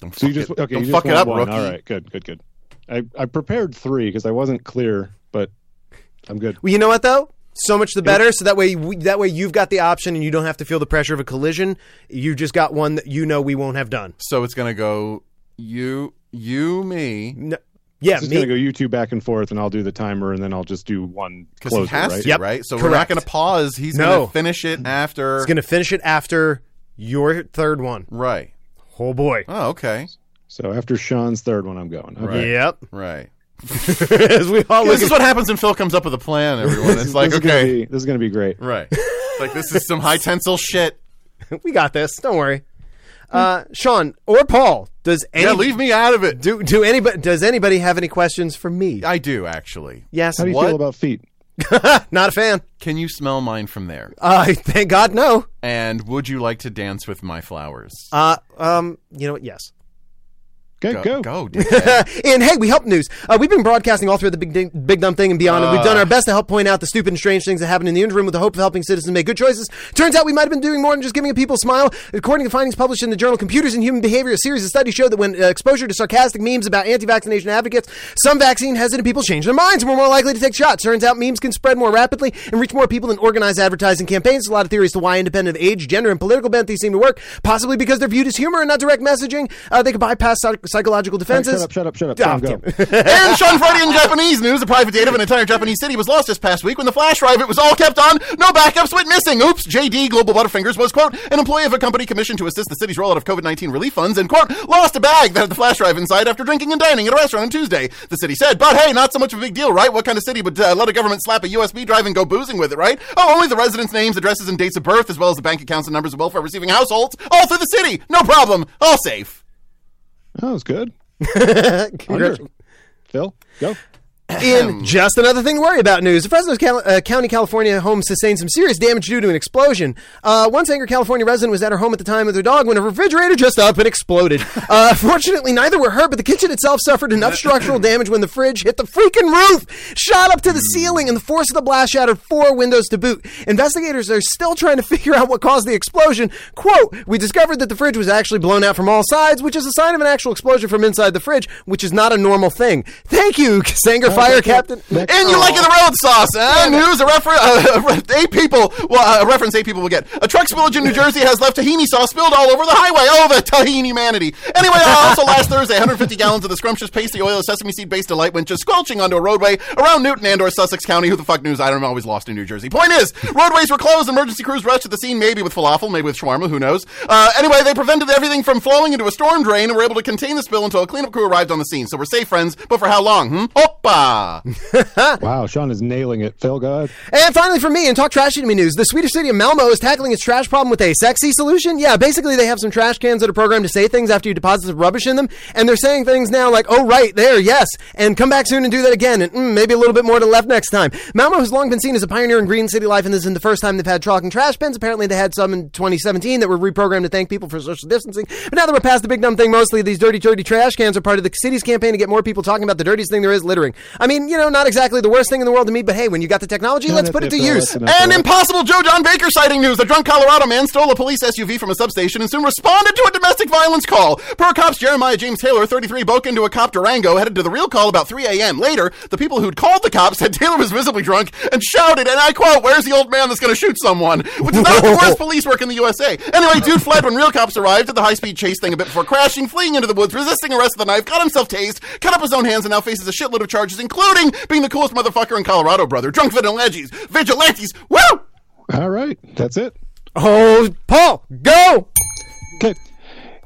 A: Don't
D: So
A: fuck
D: you just
A: it.
D: okay?
A: Don't
D: you
A: fuck
D: just
A: it up,
D: won one.
A: rookie.
D: All right, good, good, good. I, I prepared three because I wasn't clear, but I'm good.
C: Well, you know what though? So much the better. So that way, we, that way you've got the option, and you don't have to feel the pressure of a collision. You just got one that you know we won't have done.
A: So it's gonna go you, you, me,
C: No, yeah,
D: It's
C: me.
D: gonna go you two back and forth, and I'll do the timer, and then I'll just do one
A: because he
D: closer,
A: has
D: right?
A: to,
C: Yep,
A: right? So we're not
C: correct.
A: gonna pause. He's
C: No.
A: gonna finish it after.
C: It's going to finish it after your third one.
A: Right.
C: Oh boy.
A: Oh, okay.
D: So after Sean's third one, I'm going. Okay.
A: Right.
C: Yep. [laughs]
A: Right.
C: As we all look
A: This is what happens when Phil comes up with a
D: [laughs]
A: plan. Everyone, it's like
D: this is gonna
A: okay,
D: be, this is gonna be great.
A: right? Like this is some
D: [laughs]
A: high tensile shit.
C: at- we got this. Don't worry. Uh, Sean or Paul, does any,
A: Yeah, leave me out of it.
C: do do anybody does anybody have any questions for me?
A: I do actually.
C: yes.
D: How do you
C: what?
D: feel about feet?
C: Not a fan.
A: Can you smell mine from there?
C: Uh, thank God, no.
A: And would you like to dance with my flowers?
C: Uh, um, you know what? Yes.
D: Okay,
A: go,
D: go.
A: go,
D: [laughs]
A: dickhead.
C: [laughs] And hey, we help news. Uh, we've been broadcasting all through the big, Ding- big dumb thing and beyond, and we've done our best to help point out the stupid and strange things that happen in the interim with the hope of helping citizens make good choices. Turns out we might have been doing more than just giving people a smile. According to findings published in the journal Computers and Human Behavior, a series of studies showed that when uh, exposure to sarcastic memes about anti-vaccination advocates, some vaccine hesitant people change their minds and were more likely to take shots. Turns out memes can spread more rapidly and reach more people than organized advertising campaigns. A lot of theories to why, independent of age, gender, and political bent, these seem to work. Possibly because they're viewed as humor and not direct messaging. Uh, they could bypass psych- psychological defenses.
D: Shut up, shut up, shut up.
C: Ah,
D: Tom, go.
C: damn it.
A: and Sean Friday in Japanese news, a private data of an entire Japanese city was lost this past week when the flash drive it was all kept on. No backups went missing. Oops. JD Global Butterfingers was, quote, an employee of a company commissioned to assist the city's rollout of COVID 19 relief funds and, quote, lost a bag that had the flash drive inside after drinking and dining at a restaurant on Tuesday. The city said, but hey, not so much of a big deal, right? What kind of city would uh, let a government slap a USB drive and go boozing with it, right? Oh, only the residents' names, addresses, and dates of birth, as well as the bank accounts and numbers of welfare receiving households, all through the city. No problem. All safe.
D: That was good.
C: Congrat-
D: Phil, go.
C: In just another thing to worry about news, the Fresno Cal- uh, County, California home sustained some serious damage due to an explosion. Uh, one Sanger, California resident was at her home at the time with her dog when a refrigerator just up and exploded. Uh, fortunately, neither were hurt, but the kitchen itself suffered enough structural damage when the fridge hit the freaking roof, shot up to the ceiling, and the force of the blast shattered four windows to boot. Investigators are still trying to [laughs] figure out what caused the explosion. Quote, we discovered that the fridge was actually blown out from all sides, which is a sign of an actual explosion from inside the fridge, which is not a normal thing. Thank you, [laughs] Sanger Fire Captain.
A: And you like it, the road sauce? Uh, news: a refer- uh, [laughs] eight people. Well, a reference eight people will get. A truck's village in New Jersey has left tahini sauce spilled all over the highway. Oh, the tahini humanity. Anyway, uh, also last Thursday, 150 gallons of the scrumptious pasty oil of sesame seed based delight went just squelching onto a roadway around Newton and/or Sussex County. Who the fuck knows? I don't know. Always lost in New Jersey. Point is, roadways were closed. Emergency crews rushed to the scene, maybe with falafel, maybe with shawarma. Who knows? Uh, anyway, they prevented everything from flowing into a storm drain and were able to contain the spill until a cleanup crew arrived on the scene. So we're safe, friends. But for how long? Hmm? Oppa.
D: Wow, Sean is nailing it. Phil, go ahead.
C: And finally, for me, in Talk Trashy to Me news, the Swedish city of Malmo is tackling its trash problem with a sexy solution. Yeah, basically, they have some trash cans that are programmed to say things after you deposit some rubbish in them, and they're saying things now like, oh, right, there, yes, and come back soon and do that again, and mm, maybe a little bit more to the left next time. Malmo has long been seen as a pioneer in green city life, and this isn't the first time they've had chalk and trash bins. Apparently, they had some in 2017 that were reprogrammed to thank people for social distancing, but now that we're past the big dumb thing, mostly these dirty, dirty trash cans are part of the city's campaign to get more people talking about the dirtiest thing there is, littering. I mean, you know, not exactly the worst thing in the world to me, but hey, when you got the technology, let's
D: that's
C: put it to
D: it, Phil.
C: use.
D: That's enough.
A: And impossible Joe John Baker sighting news. A drunk Colorado man stole a police SUV from a substation and soon responded to a domestic violence call. Per cops Jeremiah James Taylor, 33, broke into a cop Durango, headed to the real call about 3 a.m. Later, the people who'd called the cops said Taylor was visibly drunk and shouted, and I quote, Where's the old man that's going to shoot someone? Which is not the worst police work in the USA.
C: [laughs]
A: Anyway, dude fled when real cops arrived at the high speed chase thing a bit before crashing, fleeing into the woods, resisting arrest with a knife, got himself tased, cut up his own hands, and now faces a shitload of charges, including being the coolest motherfucker in Colorado, brother. Drunk vigilantes. Vigilantes. Woo!
D: All right, that's it.
C: Oh, Paul, go!
D: Okay.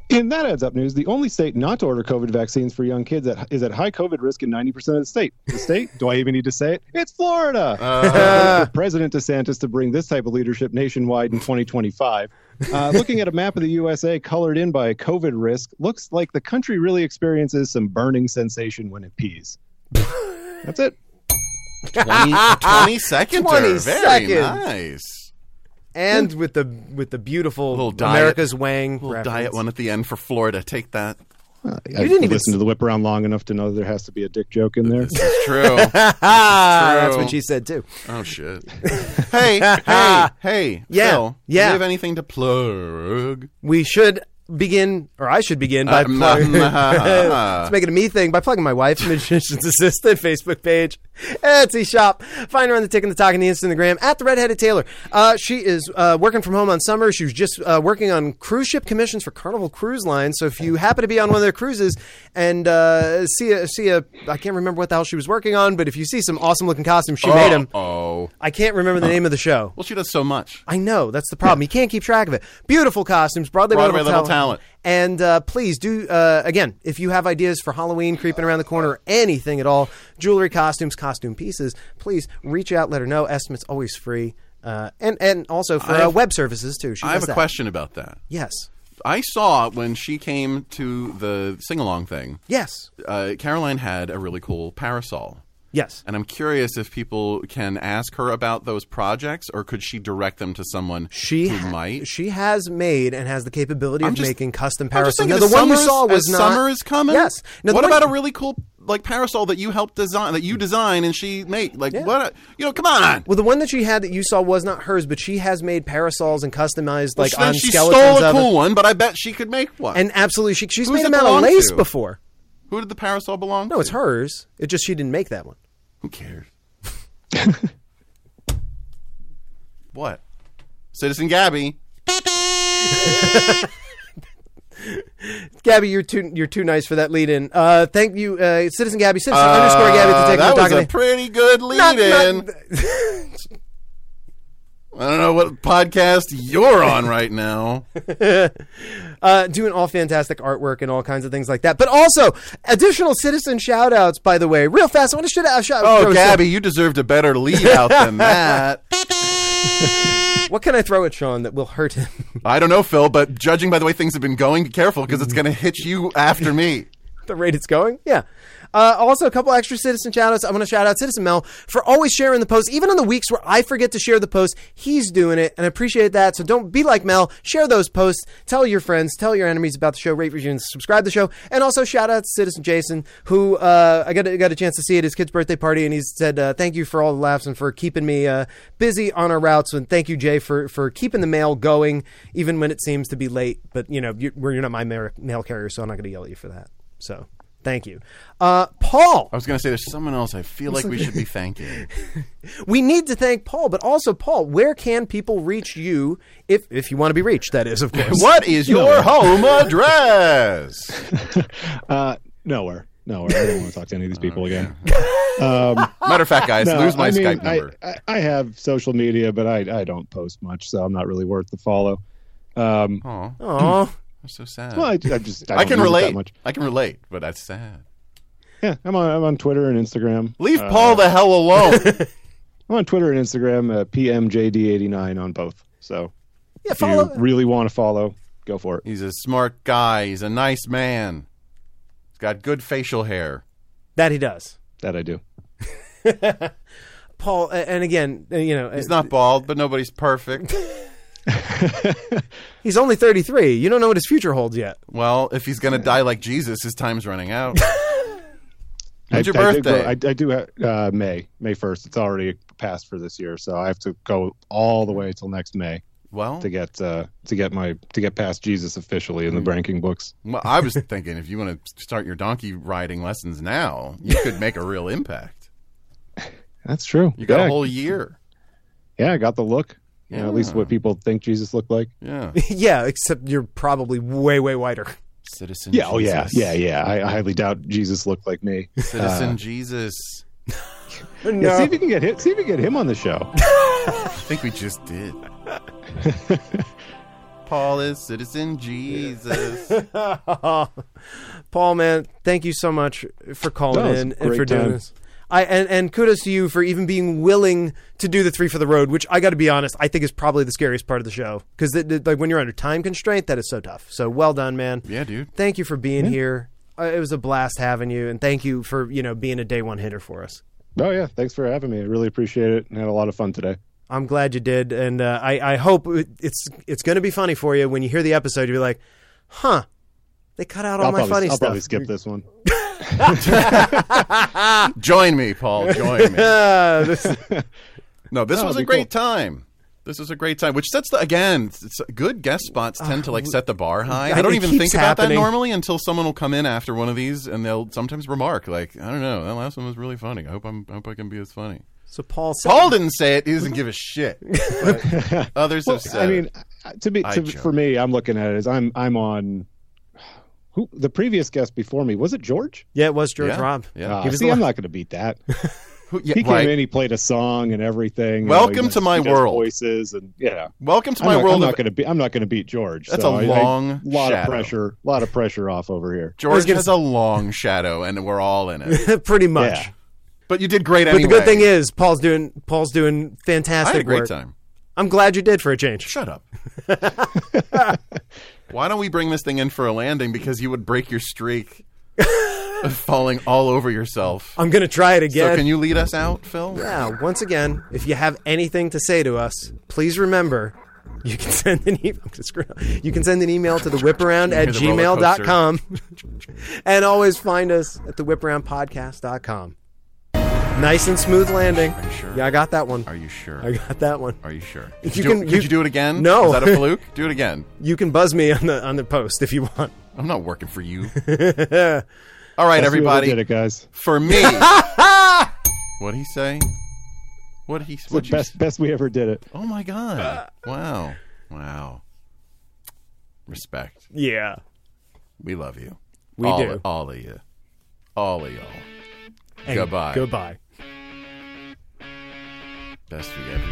D: In that adds up news, the only state not to order COVID vaccines for young kids at, is at high COVID risk in 90% of the state. The state, do I even need to say it? It's Florida. Uh, for President DeSantis to bring this type of leadership nationwide in 2025. Uh, looking at a map of the USA colored in by COVID risk, looks like the country really experiences some burning sensation when it pees. That's it.
A: 20,
C: [laughs]
A: 20 seconds.
C: 20
A: Very
C: seconds.
A: nice.
C: And with the with the beautiful
A: Little diet-
C: America's Wang
A: Little
C: reference.
A: diet one at the end for Florida. Take
C: [laughs]
A: that.
D: I
C: didn't even
D: listen to the whip around long enough to know there has to be a dick
C: [laughs]
D: joke in there.
A: It's true.
C: Ah,
A: True.
C: that's what she said too.
A: [laughs] oh shit. hey, hey, hey.
C: Yeah,
A: Phil,
C: yeah.
A: Do you have anything to plug?
C: We should begin, or I should begin [laughs] by
A: Um,
C: plug-
A: uh,
C: Let's make it a me thing by plugging my wife's magician's [laughs] assistant Facebook page, Etsy shop. Find her on the tick and the talk and the Instagram at the redheaded Taylor. Uh, she is uh, working from home on summer. She was just uh, working on cruise ship commissions for Carnival Cruise Line. So if you happen to be on one of their cruises and uh, see a see a I can't remember what the hell she was working on, but if you see some awesome looking costumes, she made them.
A: Oh.
C: I can't remember the name of the show.
A: Well, she does so much.
C: I know that's the problem. You can't keep track of it. Beautiful costumes, Broadway,
A: Broadway
C: level,
A: level
C: talent,
A: talent.
C: And uh, please do, uh, again, if you have ideas for Halloween creeping around the corner, or anything at all, jewelry, costumes, costume pieces, please reach out, let her know. Estimates always free. Uh, and, and also for uh,
A: have-
C: web services, too. She
A: I have
C: does
A: a
C: that.
A: question about that.
C: Yes.
A: I saw when she came to the sing along thing,
C: Yes.
A: uh, Caroline had a really cool parasol.
C: Yes.
A: And I'm curious if people can ask her about those projects or could she direct them to someone
C: She
A: who
C: ha-
A: might?
C: she has made and has the capability of
A: just-
C: making custom
A: I'm just
C: parasols. Now,
A: thinking
C: the
A: as
C: one you
A: summer is-
C: saw was
A: as
C: not.
A: summer is coming.
C: Yes. Now, the
A: what
C: one-
A: about a really cool like parasol that you helped design that you design and she made? Like what? You know, come on.
C: Well, the one that she had that you saw was not hers, but she has made parasols and customized like
A: then
C: on
A: she
C: skeletons
A: stole a
C: of
A: cool
C: it.
A: one, but I bet she could make one.
C: And absolutely, she, she's
A: Who's
C: made
A: it
C: them out of
A: belong
C: lace
A: to?
C: before.
A: who did the parasol belong?
C: No,
A: to?
C: it's hers. It just she didn't make that one.
A: Who
C: [laughs]
A: cares? what? Citizen Gabby.
C: Gabby, you're too you're too nice for that lead in. Uh, thank you, uh, Citizen Gabby, Citizen underscore Gabby,
A: Uh,
C: for taking
A: that
C: the
A: was
C: talking.
A: a pretty good lead in. I don't know what podcast you're on right now.
C: uh, doing all fantastic artwork and all kinds of things like that. But also additional citizen shout outs, by the way, real fast. I want to shout out. Shout, throw
A: Oh,
C: a-
A: Gabby, you deserved a better lead out
D: [laughs]
A: than that.
C: what can I throw at Sean that will hurt him?
A: I don't know, Phil, but judging by the way things have been going, be careful because
D: Mm-hmm.
A: it's going to hit you after me.
C: [laughs] the rate it's going. Yeah. Uh, also, a couple extra citizen shout outs. I want to shout out Citizen Mel for always sharing the post. Even on the weeks where I forget to share the post, he's doing it, and I appreciate that. So don't be like Mel. Share those posts. Tell your friends, tell your enemies about the show, rate, review, and subscribe to the show. And also, shout out to Citizen Jason, who uh, I got a, got a chance to see at his kid's birthday party, and he said, uh, Thank you for all the laughs and for keeping me uh, busy on our routes. And thank you, Jay, for, for keeping the mail going, even when it seems to be late. But, you know, you, where you're not my mail mail carrier, so I'm not going to yell at you for that. So thank you. Uh, Paul,
A: I was going to say there's someone else I feel like we should be
D: [laughs]
A: thanking.
C: we need to thank Paul, but also, Paul, where can people reach you if, if you want to be reached? That is, of
A: [laughs]
C: course.
A: What is your home address?
D: Uh, nowhere, nowhere. I don't want to talk to any of these people again.
A: Matter of fact, guys,
D: No,
A: lose my
D: I mean,
A: Skype
D: I-
A: number.
D: I, I have social media, but I, I don't post much, so I'm not really worth the follow. Um,
A: Oh,
C: Aw.
A: I'm so sad.
D: well, I, I just I,
A: I can
D: don't use it that
A: relate.
D: much.
A: I can relate, but that's sad.
D: Yeah, I'm on I'm on Twitter and Instagram.
A: Leave
D: Uh,
A: Paul the hell alone.
D: I'm on Twitter and Instagram at pmjd89 on both. So
C: Yeah,
D: if you
C: follow.
D: really want to follow, go for it.
A: [laughs] He's a smart guy. He's a nice man. He's got good facial hair.
C: That he does.
D: That I do.
C: Paul, a- and again, uh, you know,
A: He's not bald, but nobody's perfect.
C: he's only 33. You don't know what his future holds yet. [laughs]
A: Well, if he's going to die like Jesus, his time's running out. When's
D: I,
A: your
D: I did
A: birthday?
D: go- I, I do have uh, May May first. It's already passed for this year, so I have to go all the way till next May [laughs]
A: Well,
D: to get uh, to get my to get past Jesus officially in
A: Hmm.
D: the ranking books.
A: well, I was thinking if you want to start your donkey riding lessons now, you could make a real impact.
D: That's true.
A: You got
D: yeah,
A: a whole year.
D: yeah, I got the look. You know, at least
A: Yeah.
D: what people think Jesus looked like. [laughs]
A: Yeah.
C: yeah, except you're probably way, way wider.
A: Citizen
D: Yeah, oh yeah,
A: Jesus.
D: yeah, yeah. I, I highly doubt Jesus looked like
A: [laughs]
D: me. Uh,
A: Citizen Jesus.
C: [laughs]
D: Yeah, see if you can get hit. See if you can get him on
A: [laughs]
D: the show.
A: I think we just
D: [laughs]
A: did. Paul is Citizen Jesus.
D: [laughs]
C: [laughs] Paul, man, thank you so much for calling
D: That was
C: in
D: a
C: and
D: great
C: for doing
D: time.
C: this. I and, and kudos to you for even being willing to do the three for the road, which I got to be honest, I think is probably the scariest part of the show because like when you're under time constraint, that is so tough. So well done, man.
A: Yeah, dude.
C: Thank you for being here. Uh, it was a blast having you, and thank you for you know being a day one hitter for us.
D: Oh yeah, thanks for having me. I really appreciate it and had a lot of fun today.
C: I'm glad you did, and uh, I, I hope it, it's it's going to be funny for you when you hear the episode. You'll be like, "Huh, they cut out all
D: I'll,
C: my
D: probably,
C: funny
D: I'll
C: stuff."
D: probably skip this one.
A: Join me, Paul. Join
D: [laughs]
A: me.
C: Uh, this-
A: [laughs] No, this was a
D: be
A: great time. This was a great time, which sets the again. s- s- Good guest spots tend to like
D: Uh,
A: set the bar high. I
C: it
A: don't even
C: keeps
A: think about that
C: happening.
A: normally until someone will come in after one of these and they'll sometimes remark like, "I don't know, that last one was really funny. I hope I'm I hope I can be as funny."
C: so Paul, said,
A: Paul didn't say it. He doesn't give a
D: [laughs]
A: shit. But others have said.
D: I
A: it.
D: mean, uh, to be
A: I
D: to,
A: joke.
D: for me, I'm looking at it as I'm I'm on. Who the previous guest before me was it George?
C: yeah, it was George
A: Yeah.
C: Robb.
A: Yeah.
D: Ah,
C: he was
D: see,
C: the
D: I'm
C: one- [laughs]
D: not going to beat that.
A: Who- yeah,
D: He came
A: right.
D: in, he played a song and everything. You
A: Welcome
D: he does-
A: to my
D: he does
A: world.
D: Voices and yeah,
A: Welcome to
D: I'm
A: my
D: not,
A: world.
D: I'm
A: of-
D: not gonna be. I'm not gonna beat George.
A: That's
D: so
A: a
D: I- I-
A: long
D: lot
A: shadow.
D: of pressure. lot of pressure off over here.
A: George has a long shadow, and we're all in
C: [laughs]
A: it.
C: Pretty much.
D: Yeah.
A: But you did great
C: But
A: anyway.
C: the good thing is, Paul's doing Paul's doing
A: I
C: fantastic
A: had a great
C: work.
A: time.
C: I'm glad you did for a change.
A: Shut up. Why don't we bring this thing in for a landing? Because you would break your streak of falling all over
C: [laughs]
A: yourself.
C: I'm gonna try it
A: So
C: again.
A: can you lead us out, Phil?
C: yeah. Once again, if you have anything to say to us, please remember. You can [laughs] send an e-, email. You can send an
A: [laughs]
C: email to the whiparound at
A: hear the roller coaster.
C: gmail.com. [laughs] and always find us at the whiparoundpodcast.com. Nice and smooth landing.
A: sure?
C: Yeah, I got that one.
A: Are you sure?
C: I got that one.
A: Are you sure?
C: If
A: Did you,
C: you
A: do,
C: can-
A: could
C: you-
A: you do it again?
C: No.
A: Is that a fluke? Do it again.
C: You can buzz me on the on the post if you want.
A: I'm not working for you. All right,
D: That's who
A: everybody.
D: did it, guys.
A: For me. What'd he say? What'd he
D: The
A: what'd you,
D: best, best we ever did it.
A: Oh my god. Wow. Wow. Respect.
C: Yeah.
A: We love you.
C: We
A: all,
C: do.
A: All of you. All of y'all.
C: And
A: Goodbye.
C: Goodbye.
A: Best we ever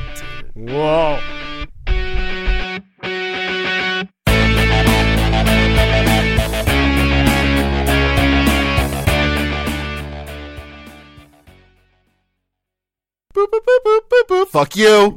A: did.
C: Whoa.
A: Boop, boop, boop, boop, boop, boop. Fuck you.